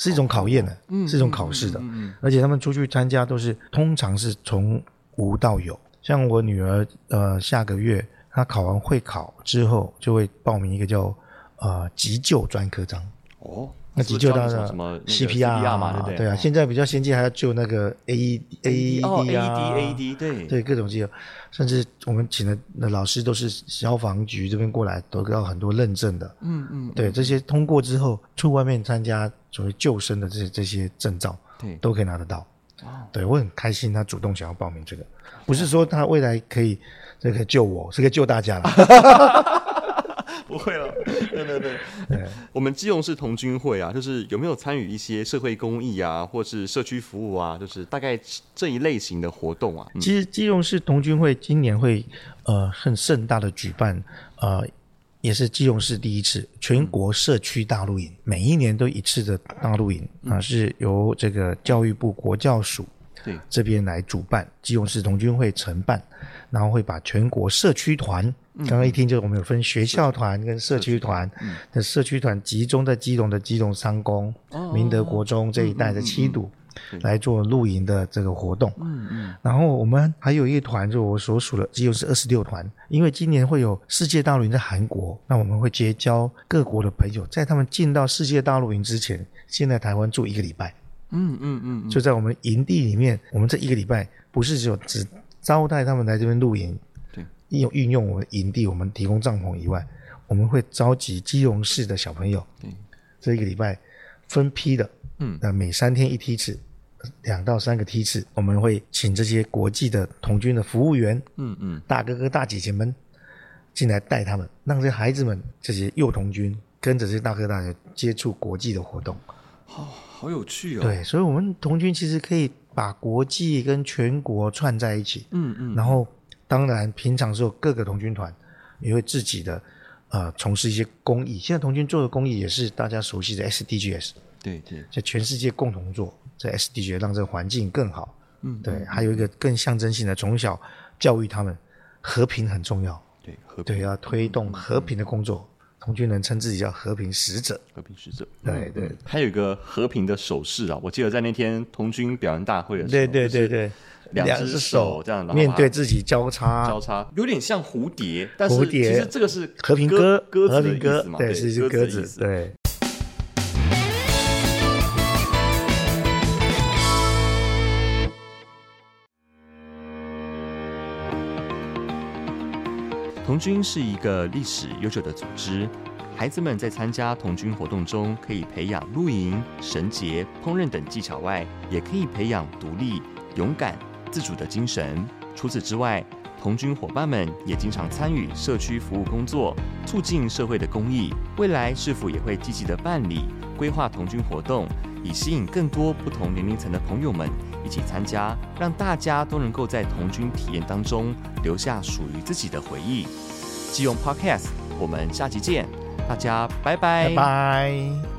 Speaker 2: 是一种考验的，
Speaker 1: 嗯
Speaker 2: 是一种考试的。而且他们出去参加都是通常是从无到有。像我女儿，呃，下个月她考完会考之后，就会报名一个叫呃急救专科章。
Speaker 1: 哦，
Speaker 2: 那急救
Speaker 1: 是不
Speaker 2: 当
Speaker 1: 是教
Speaker 2: 然
Speaker 1: 你什么那个
Speaker 2: CPR
Speaker 1: 嘛，对不对？
Speaker 2: 啊，现在比较先进，还要救那个 AE
Speaker 1: 哦
Speaker 2: AED 啊
Speaker 1: AED AED 对
Speaker 2: 对各种机构，甚至我们请的那老师都是消防局这边过来，得到很多认证的。
Speaker 1: 嗯嗯
Speaker 2: 对，这些通过之后，出外面参加所谓救生的这些这些证照，
Speaker 1: 对
Speaker 2: 都可以拿得到
Speaker 1: 哦。啊
Speaker 2: 对，我很开心，他主动想要报名这个，不是说他未来可以这个救我，是可以救大 家了。
Speaker 1: 不会 了，对对对。我们基隆市童军会啊，就是有没有参与一些社会公益啊，或是社区服务啊，就是大概这一类型的活动啊？嗯
Speaker 2: 其实基隆市童军会今年会呃很盛大的举办，呃，也是基隆市第一次全国社区大露营，每一年都一次的大露营啊、
Speaker 1: 嗯
Speaker 2: 是由这个教育部国教署
Speaker 1: 对，
Speaker 2: 这边来主办，基隆市童军会承办，然后会把全国社区团，刚刚一听就是我们有分学校团跟社区团，的社区团集中在基隆的基隆商工、明德国中这一带的七堵。来做露营的这个活动，嗯嗯，然后我们还有一团，就我所属的基隆是二十六团，因为今年会有世界大露营在韩国，那我们会结交各国的朋友，在他们进到世界大露营之前，先来台湾住一个礼拜，
Speaker 1: 嗯嗯嗯嗯，
Speaker 2: 就在我们营地里面，我们这一个礼拜不是只有只招待他们来这边露营，
Speaker 1: 对，
Speaker 2: 运用运用我们营地，我们提供帐篷以外，我们会召集基隆市的小朋友，
Speaker 1: 对，
Speaker 2: 这一个礼拜分批的，
Speaker 1: 嗯
Speaker 2: 那每三天一梯次，两到三个梯次，我们会请这些国际的童军的服务员，
Speaker 1: 嗯嗯，
Speaker 2: 大哥哥大姐姐们进来带他们，让这些孩子们这些幼童军跟着这些大哥大姐接触国际的活动。
Speaker 1: 好、好有趣哦。，
Speaker 2: 对，所以我们童军其实可以把国际跟全国串在一起。
Speaker 1: 嗯嗯，
Speaker 2: 然后，当然平常时候各个童军团也会自己的呃从事一些公益。现在童军做的公益也是大家熟悉的 SDGs，
Speaker 1: 对对，
Speaker 2: 在全世界共同做这 SDG，让这个环境更好。
Speaker 1: 嗯
Speaker 2: 对，还有一个更象征性的，从小教育他们和平很重要。
Speaker 1: 对和
Speaker 2: 对，要推动和平的工作。童军人称自己叫和平使者。
Speaker 1: 和平使者，
Speaker 2: 对对
Speaker 1: 嗯，还有一个和平的手势啊，我记得在那天童军表扬大会的时候，
Speaker 2: 对对对对，
Speaker 1: 两只手这样，然后
Speaker 2: 面
Speaker 1: 把它
Speaker 2: 对自己交叉，
Speaker 1: 交叉，有点像蝴蝶，但是
Speaker 2: 蝴蝶
Speaker 1: 其实这个是
Speaker 2: 和平鸽
Speaker 1: 鸽，鸽子
Speaker 2: 和
Speaker 1: 的
Speaker 2: 平鸽
Speaker 1: 意思，嘛，
Speaker 2: 对，是一只鸽
Speaker 1: 鸽的意
Speaker 2: 子，
Speaker 1: 思
Speaker 2: 对。
Speaker 1: 童军是一个历史悠久的组织，孩子们在参加童军活动中，可以培养露营、绳结、烹饪等技巧外，也可以培养独立、勇敢、自主的精神。除此之外，童军伙伴们也经常参与社区服务工作，促进社会的公益。未来是否也会积极的办理、规划童军活动，以吸引更多不同年龄层的朋友们一一起参加，让大家都能够在童军体验当中留下属于自己的回忆。基隆 Podcast，我们下期见，大家拜拜
Speaker 2: 拜拜。